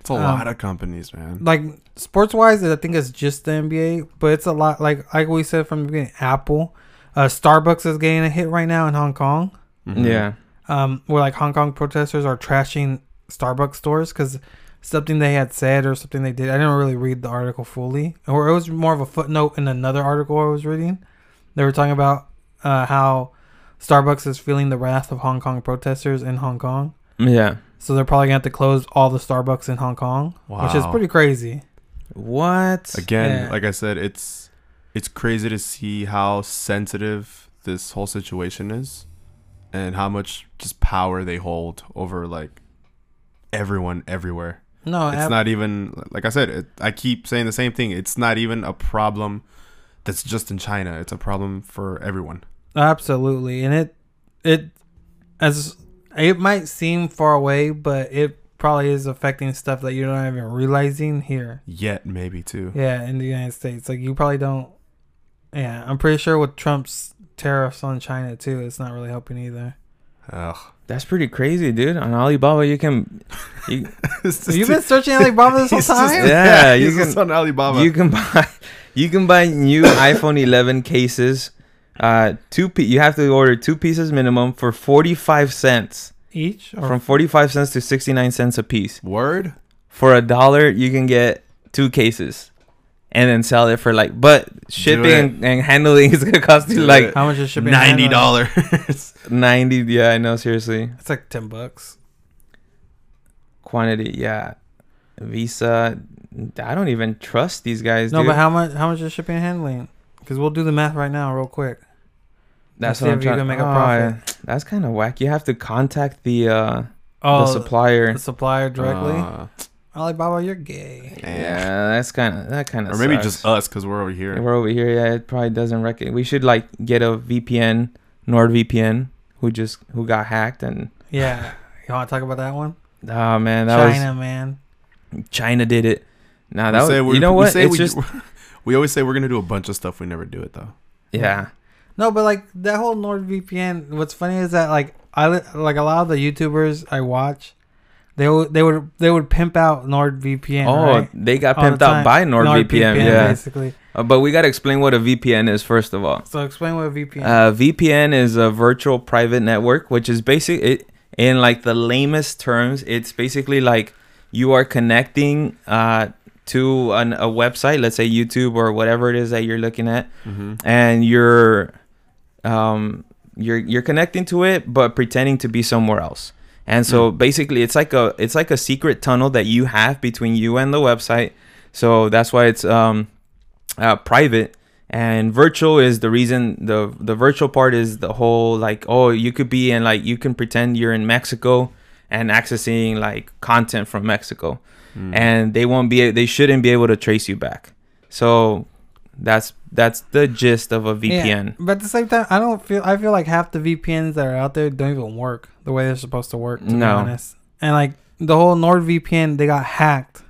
It's a Um, lot of companies, man. Like sports wise, I think it's just the NBA, but it's a lot. Like like we said from the beginning, Apple, uh, Starbucks is getting a hit right now in Hong Kong. Mhm. Yeah, um, where like Hong Kong protesters are trashing Starbucks stores because something they had said or something they did. I didn't really read the article fully, or it was more of a footnote in another article I was reading. They were talking about uh, how Starbucks is feeling the wrath of Hong Kong protesters in Hong Kong, yeah. so they're probably gonna have to close all the Starbucks in Hong Kong, which is Wow. pretty crazy. What? Again, Yeah. like I said, it's it's crazy to see how sensitive this whole situation is, and how much just power they hold over like everyone everywhere. No, it's Oh, ab- not even like I said. It, I keep saying the same thing. It's not even a problem that's just in China. It's a problem for everyone. Absolutely, and it it as it might seem far away, but it probably is affecting stuff that you're not even realizing here. Yet maybe too. Yeah, in the United States, like you probably don't. Yeah, I'm pretty sure with Trump's tariffs on China too, it's not really helping either. Ugh. [LAUGHS] That's pretty crazy, dude. On Alibaba, you can, you, It's Have just- you been searching [LAUGHS] Alibaba this whole he's just- time? Yeah, you he's just on Alibaba. you can [LAUGHS] buy, you can buy new [COUGHS] iPhone 11 cases. Uh, two. Pe- you have to order two pieces minimum for 45 cents. Each or From 45 cents to 69 cents a piece. Word. For a dollar, you can get two cases, and then sell it for like. But shipping and handling is gonna cost you Do like it. how much is shipping? Ninety handling? dollars. [LAUGHS] 90. Yeah, I know. Seriously. It's like ten bucks. quantity. Yeah, Visa. I don't even trust these guys. No, dude. but how much? How much is shipping and handling? Because we'll do the math right now, real quick. that's see what I'm if you trying to can make make a a profit. profit. That's kind of whack. You have to contact the uh, Oh, the supplier. the supplier directly. Uh, Alibaba, you're gay. Yeah, that's kind of that kind of. or maybe just us because we're over here. We're over here. Yeah, it probably doesn't reckon. We should like get a VPN, NordVPN, who just who got hacked and. Yeah. You want to talk about that one? Oh man, that China, man. was China did it. Nah, We that say was. we're- You know we what? say It's we, just [LAUGHS] we always say we're gonna do a bunch of stuff. We never do it though. [LAUGHS] yeah. No, but like that whole NordVPN. What's funny is that like I li- like a lot of the YouTubers I watch, they would they would they would pimp out NordVPN. oh, right? they got All the pimped time. out by NordVPN. yeah, basically. Uh, but we gotta explain what a VPN is first of all. So explain what a VPN. Uh, VPN is a virtual private network, which is basic. It in like the lamest terms, it's basically like you are connecting uh, to an, a website, let's say YouTube or whatever it is that you're looking at, and you're um, you're you're connecting to it but pretending to be somewhere else. And so basically, it's like a it's like a secret tunnel that you have between you and the website. So that's why it's um, uh, private and virtual is the reason the the virtual part is the whole like oh you could be in like you can pretend you're in Mexico and accessing like content from Mexico and they won't be they shouldn't be able to trace you back so that's that's the gist of a Yeah, VPN but at the same time, I don't feel. I feel like half the VPNs that are out there don't even work the way they're supposed to work. To be No. honest, and like the whole NordVPN, they got hacked,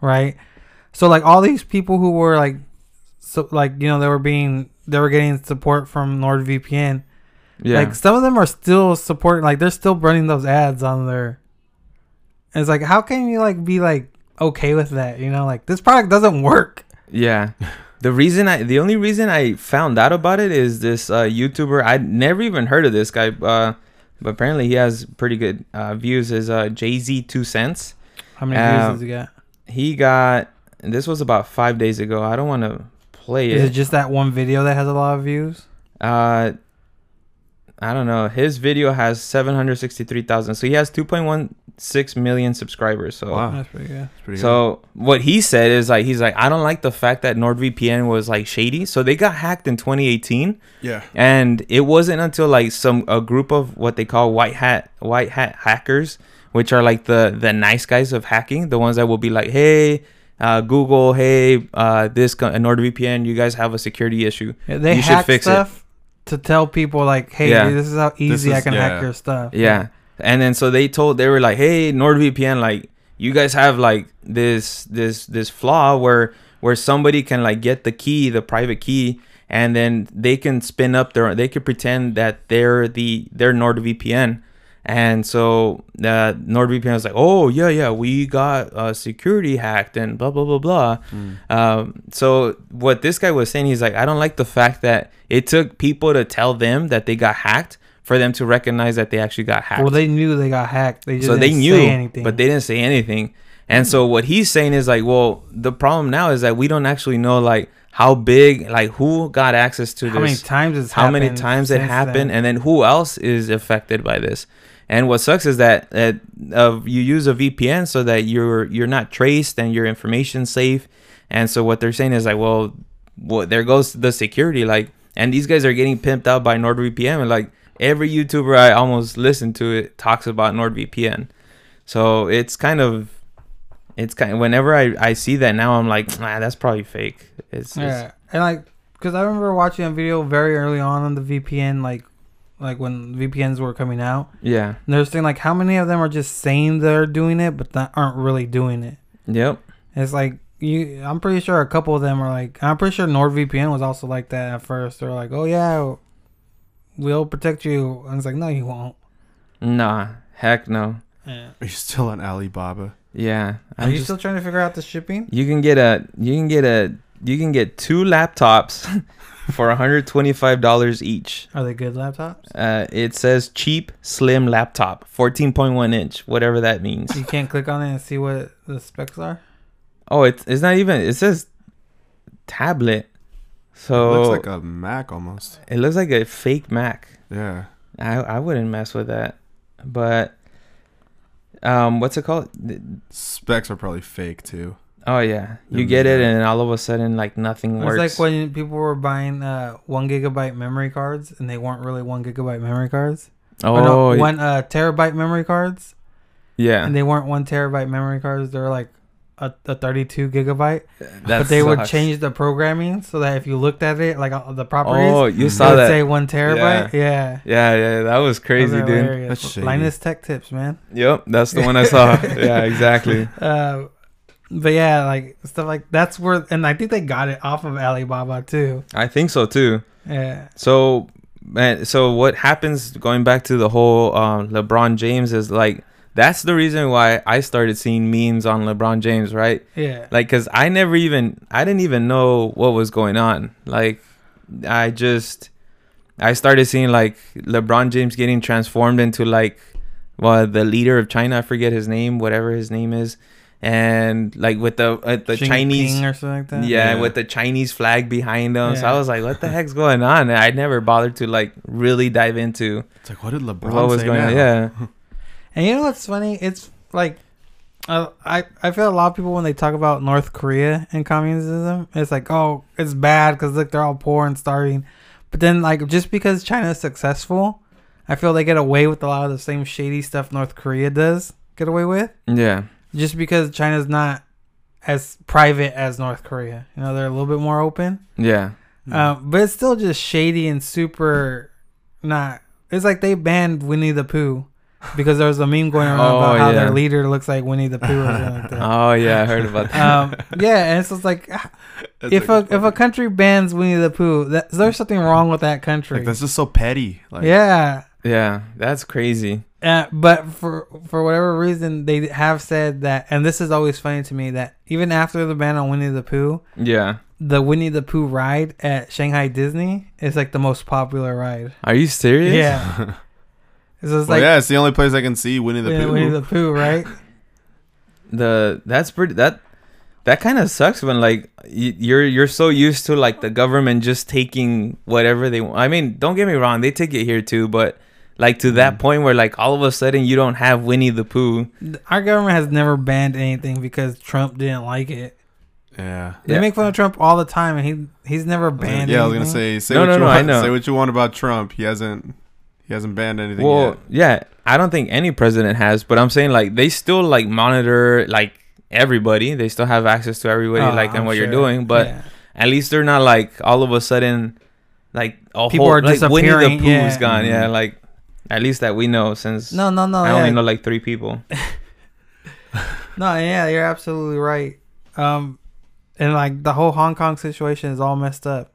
right? So like all these people who were like, so like you know they were being they were getting support from NordVPN. yeah Like some of them are still supporting. Like they're still running those ads on their. and it's like how can you like be like okay with that? You know, like this product doesn't work. [LAUGHS] yeah the reason I the only reason I found out about it is this uh, YouTuber I never even heard of this guy uh, but apparently he has pretty good uh, views is uh, Jay Z two cents How many Um, views does it get? he got and this was about five days ago I don't want to play Is it it just that one video that has a lot of views? uh I don't know his video has seven hundred sixty three thousand so he has two point one six million subscribers so Wow. That's pretty good. It's pretty So what he said is like he's like I don't like the fact that NordVPN was like shady. So they got hacked in 2018, good. yeah. [LAUGHS] and it wasn't until like some a group of what they call white hat white hat hackers, which are like the the nice guys of hacking, the ones that will be like, hey, uh, Google, hey, uh, this co- NordVPN, you guys have a security issue. Yeah, they You should hack fix it. stuff to tell people like, "Hey, Yeah. dude, this is how easy I is- can yeah. hack your stuff." Yeah. And then so they told they were like, "Hey, NordVPN, like you guys have like this this this flaw where where somebody can like get the key, the private key, and then they can spin up their they could pretend that they're the they're NordVPN." And so uh, NordVPN was like, "Oh yeah, yeah, we got uh, security hacked and blah blah blah blah." Um, so what this guy was saying, he's like, "I don't like the fact that it took people to tell them that they got hacked for them to recognize that they actually got hacked." Well, they knew they got hacked. They just so they didn't knew, say anything. but they didn't say anything. And so what he's saying is like, well, the problem now is that we don't actually know like how big, like who got access to how this many times it's how many happened times it since then? happened, and then who else is affected by this. And what sucks is that uh, uh, you use a VPN so that you're you're not traced and your information safe. And so what they're saying is like, well, well there goes the security. Like, and these guys are getting pimped out by NordVPN. And like every YouTuber I almost listen to it talks about NordVPN. So it's kind of it's kind whenever I, I see that now I'm like, ah, that's probably fake. It's, it's yeah, and like, because I remember watching a video very early on on the VPN, like, like when VPNs were coming out. yeah. And they're saying like, how many of them are just saying they're doing it, but that aren't really doing it. Yep. It's like you. I'm pretty sure a couple of them are like. I'm pretty sure NordVPN was also like that at first. They're like, "Oh yeah, we'll protect you," and it's like, "No, you won't." Nah. Heck no. Yeah. Are you still on Alibaba? Yeah, Are I'm you just, still trying to figure out the shipping? you can get a you can get a you can get two laptops [LAUGHS] for $125 each. Are they good laptops? Uh, it says cheap slim laptop, 14.1 inch, whatever that means. You can't click on it and see what the specs are. Oh, it's it's not even it says tablet. It So looks like a Mac almost. it looks like a fake Mac. Yeah. I I wouldn't mess with that. But um what's it called? Th- Specs are probably fake too. Oh yeah. You Them- get it and all of a sudden like nothing works. It's like when people were buying uh, one gigabyte memory cards and they weren't really one gigabyte memory cards. oh, Or no, y- one uh, terabyte memory cards yeah. and they weren't one terabyte memory cards. They were like a, a 32 gigabyte. That but they would sucks. change the programming so that if you looked at it, like uh, the properties, Oh, oh, you Mhm. it saw would that? say one terabyte. Yeah. yeah, yeah, that was Those crazy, are dude. hilarious. That's shady. Linus Tech Tips, man. Yep, that's the one [LAUGHS] I saw. yeah, exactly. Uh, but yeah, like stuff like that's where, and I think they got it off of Alibaba too. I think so too. Yeah. So, man, so what happens? Going back to the whole um, LeBron James is like that's the reason why I started seeing memes on LeBron James, right? Yeah. Like, cause I never even I didn't even know what was going on. Like, I just I started seeing like LeBron James getting transformed into like well the leader of China. I forget his name, whatever his name is, and like with the uh, the Xi Chinese Jinping or something like that. yeah, Yeah. with the Chinese flag behind them. So Yeah. I was like, what the heck's going on? And I never bothered to like really dive into It's like, what did LeBron what was say going now? on. Yeah. And you know what's funny? It's like uh, I I feel a lot of people when they talk about North Korea and communism, it's like oh it's bad because look they're all poor and starving. But then like just because China is successful, I feel they get away with a lot of the same shady stuff North Korea does get away with. Yeah. Just because China's not as private as North Korea, you know they're a little bit more open. Yeah. Hmm. Um, but it's still just shady and super not. It's like they banned Winnie the Pooh because there was a meme going around Oh, about how yeah. their leader looks like Winnie the Pooh or something like [LAUGHS] Uh-huh. that. Oh yeah, I heard [LAUGHS] about that. Um, yeah, and it's just like ah, It's if like, a if a country bans Winnie the Pooh, that, there's something wrong with that country. like, that's just so petty. Like, [LAUGHS] yeah, Yeah, that's crazy. Uh, but for for whatever reason, they have said that, and this is always funny to me that even after the ban on Winnie the Pooh, Yeah. the Winnie the Pooh ride at Shanghai Disney is like the most popular ride. Are you serious? Yeah. so it's Well, like yeah, it's the only place I can see Winnie the yeah, Pooh. Winnie the Pooh, right? The that's pretty that that kind of sucks when like y- you're you're so used to like the government just taking whatever they want. I mean, don't get me wrong, they take it here too, but like to Mm. that point where like all of a sudden you don't have Winnie the Pooh. [LAUGHS] Our government has never banned anything because Trump didn't like it. yeah. They Yeah. make fun of Trump all the time, and he he's never banned. yeah, I was gonna anything. say say No, what no, you no, I want. know. Say what you want about Trump. He hasn't he hasn't banned anything Well, yet. yeah, I don't think any president has, but I'm saying like they still like monitor like everybody. They still have access to everybody, Oh, like and I'm what you're sure. doing. But Yeah. at least they're not like all of a sudden like a People whole are like Winnie the disappearing, Pooh is yeah. Mm-hmm. gone. Yeah, Mhm. like at least that we know since no, no, no, I yeah. only know like three [LAUGHS] people. no, yeah, you're absolutely right. Um, and like the whole Hong Kong situation is all messed up.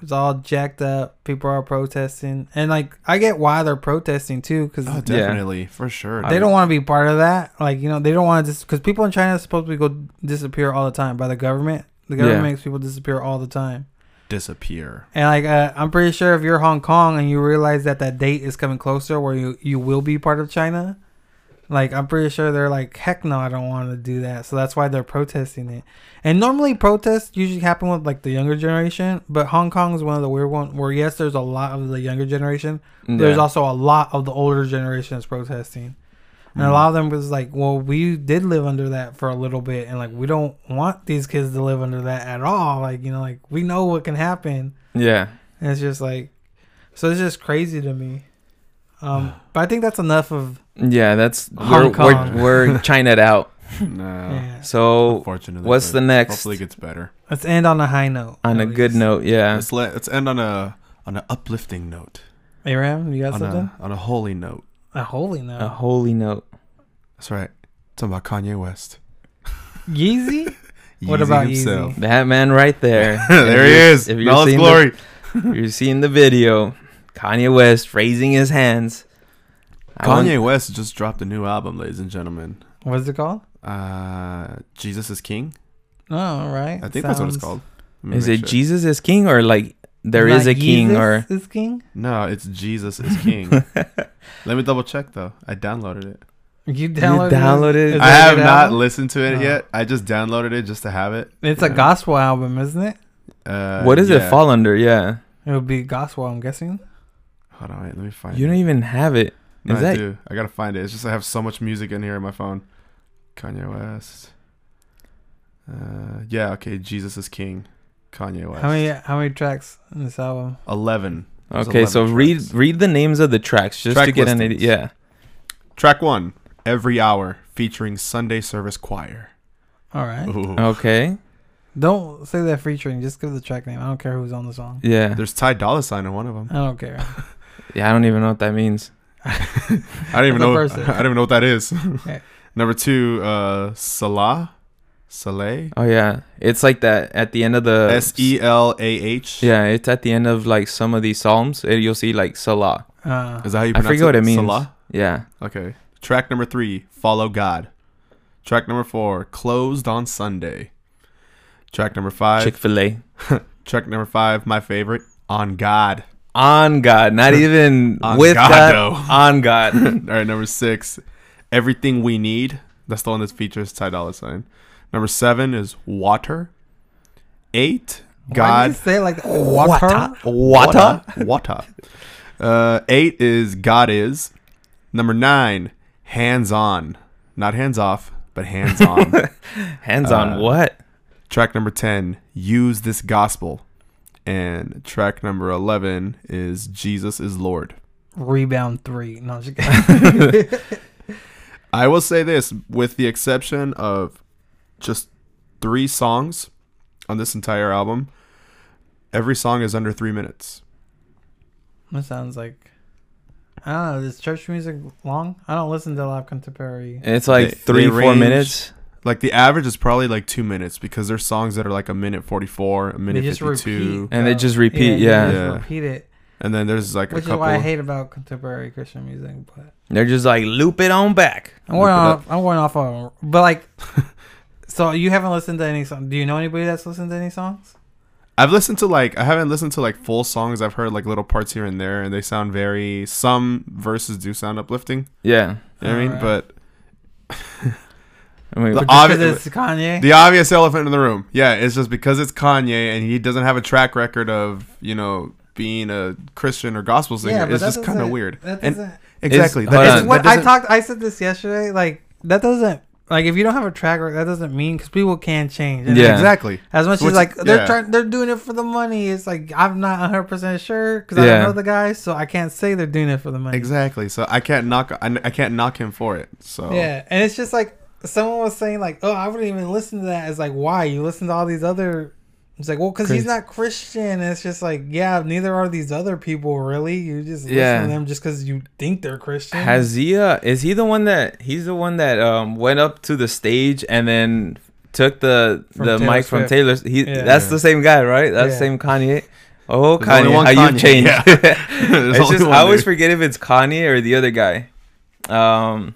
It's all jacked up. People are protesting, and like I get why they're protesting too, because Oh, definitely, for sure. they don't want to be part of that. Like you know, they don't want to just because people in China are supposed to go disappear all the time by the government. The government Yeah. makes people disappear all the time. [LAUGHS] disappear. And like uh, I'm pretty sure if you're Hong Kong and you realize that that date is coming closer where you you will be part of China, like I'm pretty sure they're like heck no I don't want to do that. So that's why they're protesting it. And normally protests usually happen with like the younger generation, but Hong Kong is one of the weird ones where yes there's a lot of the younger generation, there's Yeah. also a lot of the older generations protesting. And Mm. a lot of them was like, well, we did live under that for a little bit, and like we don't want these kids to live under that at all. Like you know, like we know what can happen, yeah. and it's just like, so it's just crazy to me. [SIGHS] Um, but I think that's enough of Yeah, that's Hong we're, Kong. we're [LAUGHS] we're China'd out. Uh, no. yeah. So Fortunately, what's the next? Hopefully, it gets better. Let's end on a high note. on a at good least. note, yeah. Let's let let's end on a on an uplifting note, Aram, you got on something? a on a holy note. A, holy note. A holy note. That's right. It's about Kanye West. [LAUGHS] Yeezy. What Yeezy about Yeezy? That man right [LAUGHS] [LAUGHS] there. there he is. In all his seeing [LAUGHS] glory. The, you're seeing the video. Kanye West raising his hands. I want- Kanye West just dropped a new album, ladies and gentlemen. What's it called? Uh, Jesus is King. Oh, all right. I think that's what it's Sounds- called. Let me Is make it sure. Jesus is king or like there is Not a king Yeezus or is king? No, it's Jesus is King. [LAUGHS] [LAUGHS] Let me double check though. I downloaded it. You downloaded, downloaded it? Is I that a have good not album? listened to it No. yet. I just downloaded it just to have it. It's a Yeah. gospel album, isn't it? Uh, what does yeah. it fall under? Yeah. It would be gospel, I'm guessing. Hold on, wait, let me find. You don't it. even have it. No, is I that- do. I gotta find it. It's just I have so much music in here on my phone. Kanye West. Uh, yeah. Okay. Jesus is King. Kanye West. How many how many tracks in this album? Eleven. There's Okay, so 11 read tracks. read the names of the tracks just Track to get an listings. idea. Yeah. Track one. Every hour featuring Sunday service choir. All right. Ooh. Oh. Okay. Don't say that featuring. Just give the track name. I don't care who's on the song. [LAUGHS] Yeah. There's Ty Dolla Sign in [LAUGHS] one of them. I don't care. Yeah, I don't even know what that means. I don't As even a know. person. [LAUGHS] I don't even know what that is. Yeah. [LAUGHS] Number two, uh, Salah, Saleh, Oh yeah. It's like that at the end of the S E L A H. Uh, Yeah, it's at the end of like some of these psalms. eh, You'll see like Salah. Uh, is that how you I pronounce forget what it means. Salah. Yeah. Okay. Track number three, Follow God. Track number four, Closed on Sunday. Track number five. Chick Fil A. [LAUGHS] track number five, my favorite, On God. On God, [LAUGHS] not even On with God, God. though. [LAUGHS] On God. [LAUGHS] All right, number six, Everything We Need. That's the one that features Ty Dolla Sign. Number seven is Water. Eight, Why do God. you say it like that? water? Wata? Water. Uh, eight is God is. Number nine, Hands On. Not hands off, but hands on. Hands on Uh, what? track number 10, Use This Gospel. And track number 11 is Jesus is Lord. Rebound three. No, I'm just kidding. I will say this, with the exception of just three songs on this entire album, every song is under three minutes. that sounds like. I don't know. Is church music long? I don't listen to a lot of contemporary. It's like They- three, they four range- minutes. Like the average is probably like two minutes because there's songs that are like a minute 44, a minute they just 52, repeat, And they though. just repeat, yeah. they just Yeah. repeat it, and then there's like which a is couple. why I hate about contemporary Christian music. But They're just like loop it on back. I'm going Look it off. I'm going off on, but like, [LAUGHS] so you haven't listened to any song. Do you know anybody that's listened to any songs? I've listened to like I haven't listened to like full songs. I've heard like little parts here and there, and they sound very. Some verses do sound uplifting. Yeah. You know what I mean, Alright. but I mean, The- Just 'cause obvi- it's Kanye. the obvious elephant in the room, yeah, it's just because it's Kanye and he doesn't have a track record of you know being a Christian or gospel singer. yeah, but it's that just kind of doesn't- weird. That And- doesn't. Exactly. hold that on. It's doesn't- what that I doesn't- talked. I said this yesterday. Like that doesn't. Like if you don't have a track record, that doesn't mean because people can change. And, Yeah. like, Exactly. As much Which- as like they're yeah. trying, they're doing it for the money. It's like I'm not 100 percent sure because I Yeah. don't know the guy, so I can't say they're doing it for the money. Exactly. So I can't knock. I, I can't knock him for it. So [LAUGHS] [LAUGHS] Yeah, and it's just like someone was saying like, "Oh, I wouldn't even listen to that." It's like, why you listen to all these other? It's like, well, because he's Chris- not Christian. And it's just like, yeah, neither are these other people really. You just listen Yeah. to them just because you think they're Christian. Has he? Uh, is he the one that he's the one that um went up to the stage and then took the From the Taylor mic from Swift. Taylor? He Yeah. that's the same guy, right? That's the Yeah. same Kanye. Oh, There's only Kanye, one how Kanye. you've changed. [LAUGHS] Yeah. There's it's only just one I always dude. forget if it's Kanye or the other guy. Um,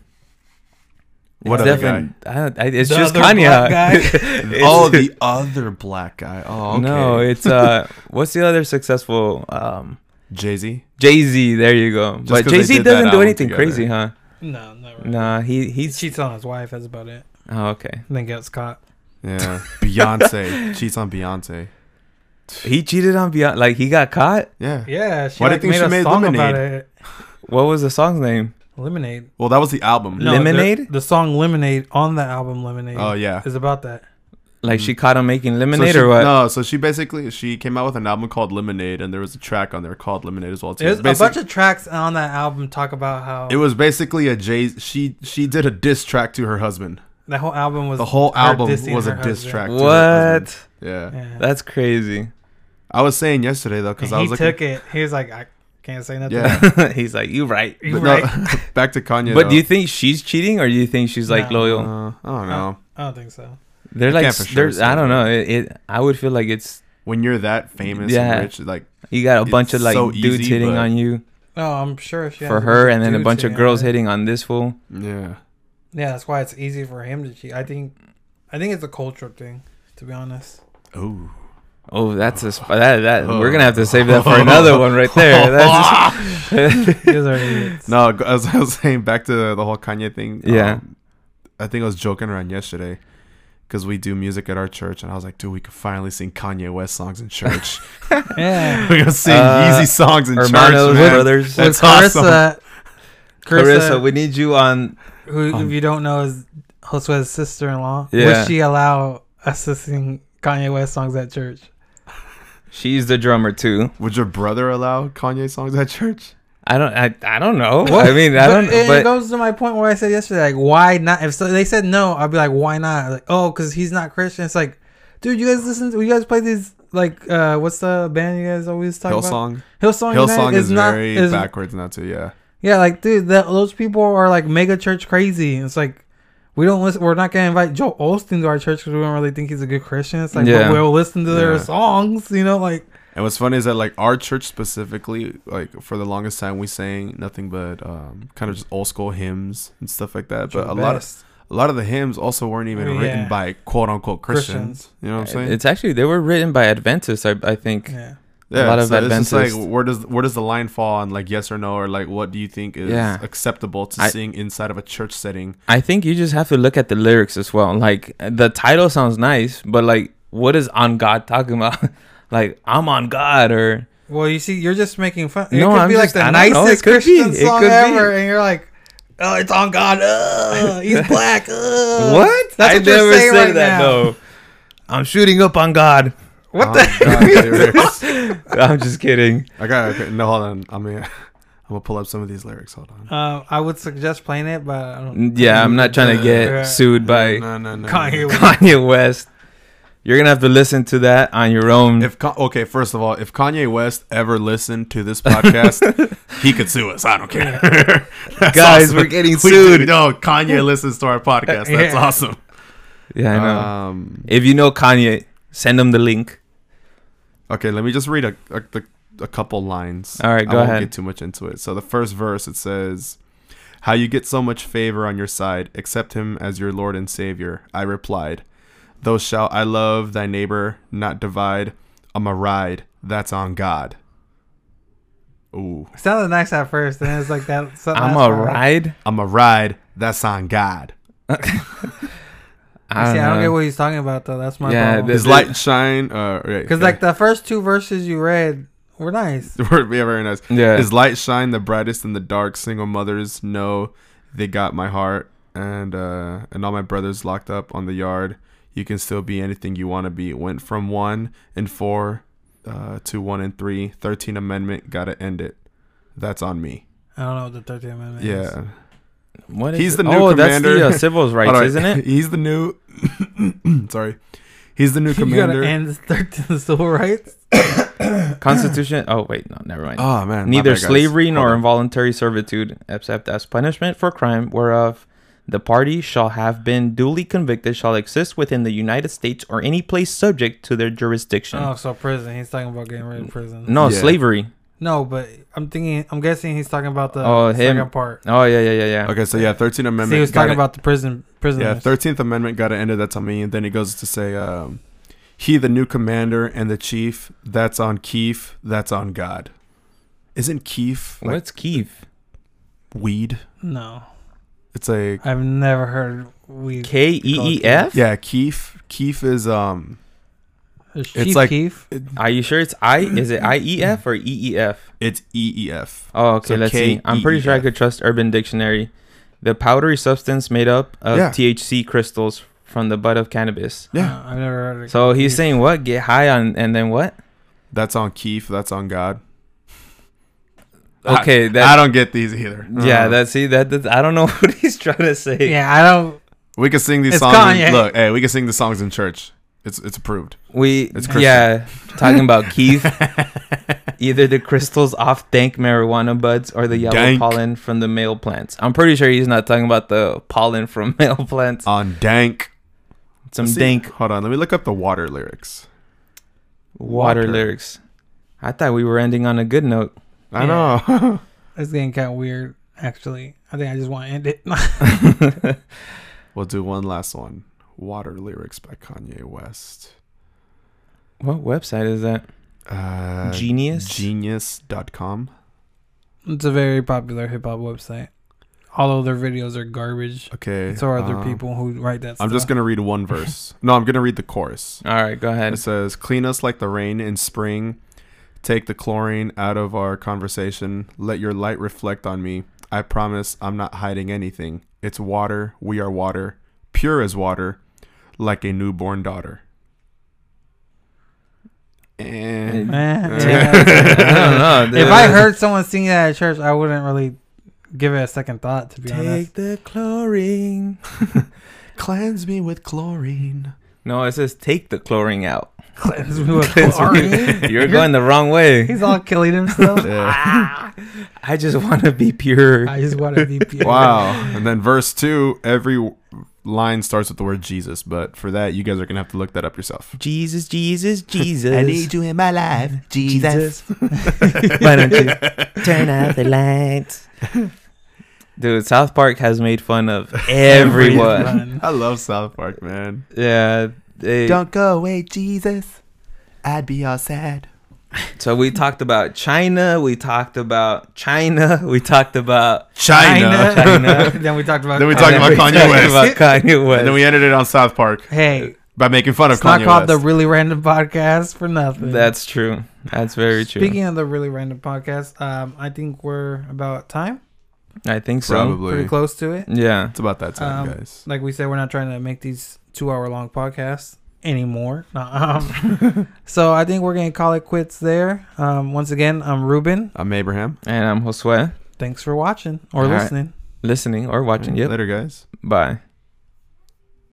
What it's other definitely- I don't, I, it's The just other Kanye. black [LAUGHS] guy. [LAUGHS] It's- Oh, the other black guy. Oh, okay. [LAUGHS] no, it's uh, what's the other successful um Jay [LAUGHS] Z. Jay Z? There you go. 'cause but they Jay Z did that doesn't do album anything together. crazy, huh? no, not really. Nah, he He he's cheats on his wife. That's about it. oh, okay. And then gets caught. Yeah, Beyonce cheats on Beyonce. He cheated on Beyonce. Like he got caught. Yeah. Yeah, she Why do you like, think made she a made song Lemonade? about it. What was the song's name? Lemonade. Well, that was the album. No, the- Lemonade? The song Lemonade on the album Lemonade. Oh yeah. Is about that. Like Mm. she caught him making So lemonade she- or what? No, so she basically she came out with an album called Lemonade, and there was a track on there called Lemonade as well too. There's a Basic- bunch of tracks on that album talk about how it was basically a Jay. She she did a diss track to her husband. the whole album was The whole her album dissing was a her diss husband. track. to her husband. What? Yeah. Yeah. That's crazy. I was saying yesterday though because And I was he looking. took it. He was like, I can't say nothing. [LAUGHS] Yeah. [LAUGHS] He's like, you right. You but no, [LAUGHS] right. back to Kanye. But though. do you think she's cheating or do you think she's like No. Uh, loyal? I don't [LAUGHS] know. I don't think so. They're I like, can't for sure they're, say I don't that. know. It, it, I would feel like it's When you're that famous Yeah. and rich, like you got a It's bunch of like so dudes easy, hitting but- on you No, I'm sure she has for a her, bunch and then a dudes bunch of hitting girls on her. hitting on this fool. yeah, Yeah, that's why it's easy for him to cheat. I think, I think it's a cultural thing, to be honest. [LAUGHS] oh, Oh, that's a sp- that that Oh. we're gonna have to save that for [LAUGHS] another one right there. That's [LAUGHS] You guys are [LAUGHS] idiots. No, g- as I was saying, back to the whole Kanye thing. Yeah. um, I think I was joking around yesterday because we do music at our church, and I was like, dude, we could finally sing Kanye West songs in church. Yeah. [LAUGHS] we could sing Uh, Yeezy songs in Hermanos church, man. brothers. That's Carissa, Carissa, Carissa, we need you on. who, Um, if you don't know, is Josue's sister-in-law. Yeah. Would she allow us to sing Kanye West songs at church? She's the drummer too. Would your brother allow Kanye songs at church? I don't. I, I don't know. I mean, I don't. It, it But, goes to my point where I said yesterday, like, why not? If so, they said no, I'd be like, why not? Like, oh, because he's not Christian. It's like, dude, you guys listen. To, you guys play these like, uh, what's the band you guys always talk about? Hillsong. Hillsong. Hillsong United is, not- very is- backwards now too. Yeah. Yeah, like, dude, that, those people are like mega church crazy. It's like. We don't listen. We're not gonna invite Joe Osteen to our church because we don't really think he's a good Christian. It's like, Yeah. but we'll listen to their Yeah. songs, you know. Like, And what's funny is that like our church specifically, like for the longest time, we sang nothing but um, kind of just old school hymns and stuff like that. But a lot of a lot of the hymns also weren't Oh, even Yeah. written by quote unquote Christians. Christians. You know what I'm saying? it's actually they were written by Adventists, I, I think. yeah, Yeah, a lot it's, of like- it's just advances. like where does where does the line fall on like yes or no or like what do you think is Yeah. acceptable to I- sing inside of a church setting? I think you just have to look at the lyrics as well. Like the title sounds nice, but like what is on God talking about? [LAUGHS] like I'm on God or Well, you see, you're just making fun. It No, could I'm be just- like the I don't know. It nicest could be. Christian It song could be. ever, and you're like, "Oh, it's on God. Uh, [LAUGHS] he's black. Uh. what? That's I what you're saying right now. though. I'm shooting up on God. What Oh, the? God, lyrics. [LAUGHS] I'm just kidding. I got okay, no hold on. I mean I'm gonna [LAUGHS] pull up some of these lyrics. Hold on. [LAUGHS] Uh, I would suggest playing it, but I don't. Yeah, I'm not trying to Yeah. get sued by no, no, no. Kanye West. [LAUGHS] Kanye West. You're gonna have to listen to that on your own. If Ka- okay, first of all, if Kanye West ever listened to this [LAUGHS] podcast, he could sue us. I don't care. [LAUGHS] That's Guys, we're getting We sued. do- No, Kanye listens to our [LAUGHS] podcast. That's Yeah. awesome. yeah, I uh, know. Um, if you know Kanye, send him the link. okay, let me just read a a, the, a couple lines. All right, go I won't ahead. Get too much into it. So the first verse it says, "How you get so much favor on your side? Accept him as your Lord and Savior." I replied, "Thou shalt I love thy neighbor, not divide. I'm a ride. That's on God." Ooh. It sounded nice at first, and it's like [LAUGHS] that. so- I'm that's why- a ride. I'm a ride. That's on God. You see, I don't know. Uh, get what he's talking about though. That's my Yeah, problem. this- His light shine. Uh, right. Because like the first two verses you read were [LAUGHS] nice. yeah, very nice. Yeah. His light shine the brightest in the dark. Single mothers know they got my heart, and uh, and all my brothers locked up on the yard. You can still be anything you want to be. It went from one and four uh, to one and three. Thirteen Amendment. Gotta end it. That's on me. I don't know what the Thirteenth Amendment. is. Yeah. What He's it? the new oh, commander. [LAUGHS] that's the uh, civil rights, All right. isn't [LAUGHS] it? He's the new. [COUGHS] sorry. He's the new [LAUGHS] you gotta commander. end the Thirteenth Civil Rights. Constitution. Oh wait, no, never mind. oh man. my Neither bad, guys. slavery Hold nor on. involuntary servitude, except as punishment for crime whereof the party shall have been duly convicted, shall exist within the United States or any place subject to their jurisdiction. Oh, so prison. He's talking about getting rid of prison. no, Yeah. slavery. no, but I'm thinking. I'm guessing he's talking about the Oh, him. second part. Oh yeah, yeah, yeah, yeah. Okay, so yeah, 13 See, Amendment. he was got talking it. about the prison. Prisoners. Yeah, 13th Amendment got to end it. That's on me. And then he goes to say, um, he, the new commander and the chief, that's on Keef, that's on God. Isn't Keef like What's Kiev? weed? No, It's like, I've never heard we. K E E F? yeah, Keef. Keef is, um, It's like- like Keef. Are you sure it's I? Is it I E F or E E F? it's E EEF. Oh, okay. So E let's see. I'm pretty sure I KEEF. could trust Urban Dictionary. The powdery substance made up of Yeah. THC crystals from the bud of cannabis. Yeah. Uh, I've never heard. Of So he's Keef. saying what? Get high on and then what? That's on Keef, that's on God. I- Okay, I that don't get these either. yeah, Uh, that see that, that I don't know [LAUGHS] what he's trying to say. Yeah, I don't. we can sing these It's songs. in- Kanye. look, hey, we can sing the songs in church. It's it's approved. We It's Christian. yeah, [LAUGHS] talking about Keith. Either the crystals off dank marijuana buds or the yellow Dank. pollen from the male plants. I'm pretty sure he's not talking about the pollen from [LAUGHS] male plants. On Dank. Some See- dank Hold on, let me look up the water lyrics. water, Water. lyrics. I thought we were ending on a good note. I Yeah. know. [LAUGHS] It's getting kind of weird. Actually, I think I just want to end it. [LAUGHS] we'll do one last one. Water lyrics by Kanye West. What website is that? Uh, Genius. Genius.com. it's a very popular hip hop website. Although their videos are garbage, Okay. so are other um, people who write that. I'm just stuff. going to read [LAUGHS] one verse. no, I'm going to read the chorus. All right, go It [LAUGHS] ahead. says, Clean us like the rain in spring. Take the chlorine out of our conversation. Let your light reflect on me. I promise I'm not hiding anything. It's water. We are water. Pure as water. Like a newborn daughter. Eh, And. [LAUGHS] yeah. I don't know. if dude. I heard someone singing that at church, I wouldn't really give it a second thought. To be honest, [LAUGHS] Take the chlorine. Cleanse me with chlorine. No, it says take the [LAUGHS] chlorine out. Cleanse me with chlorine. You're going the wrong way. [LAUGHS] [LAUGHS] He's all killing himself. I just want to be pure. [LAUGHS] I just want to be pure. wow. And then verse two, every w- line starts with the word Jesus, but for that, you guys are gonna have to look that up yourself. Jesus, Jesus, Jesus. you in my life, [LAUGHS] Why don't you turn out the lights? Dude, South Park has made [LAUGHS] fun of everyone. Everyone. I love South Park, man. yeah. They, go away, Jesus. I'd be all sad. So we talked about China. We talked about China. We talked about China. [LAUGHS] [LAUGHS] China. then we talked about. Then we talked Kanye. about Kanye West. About Kanye [LAUGHS] West. and then we ended it on South Park Hey, by making fun of it's not Kanye called West. the really random podcast for nothing. That's true. That's very true. Speaking of the really random podcast, um, I think we're about time, I think so. pretty Probably. close to it. Yeah. It's about that time, Um, guys. Like we said, we're not trying to make these two-hour-long podcasts anymore. [LAUGHS] Nah, Um, [LAUGHS] so I think we're gonna call it quits there. Um, once again, I'm Ruben. I'm Abraham. And I'm Josue, Thanks for watching or All right. listening. Mm, listening or watching. Yep. Later, guys. Bye.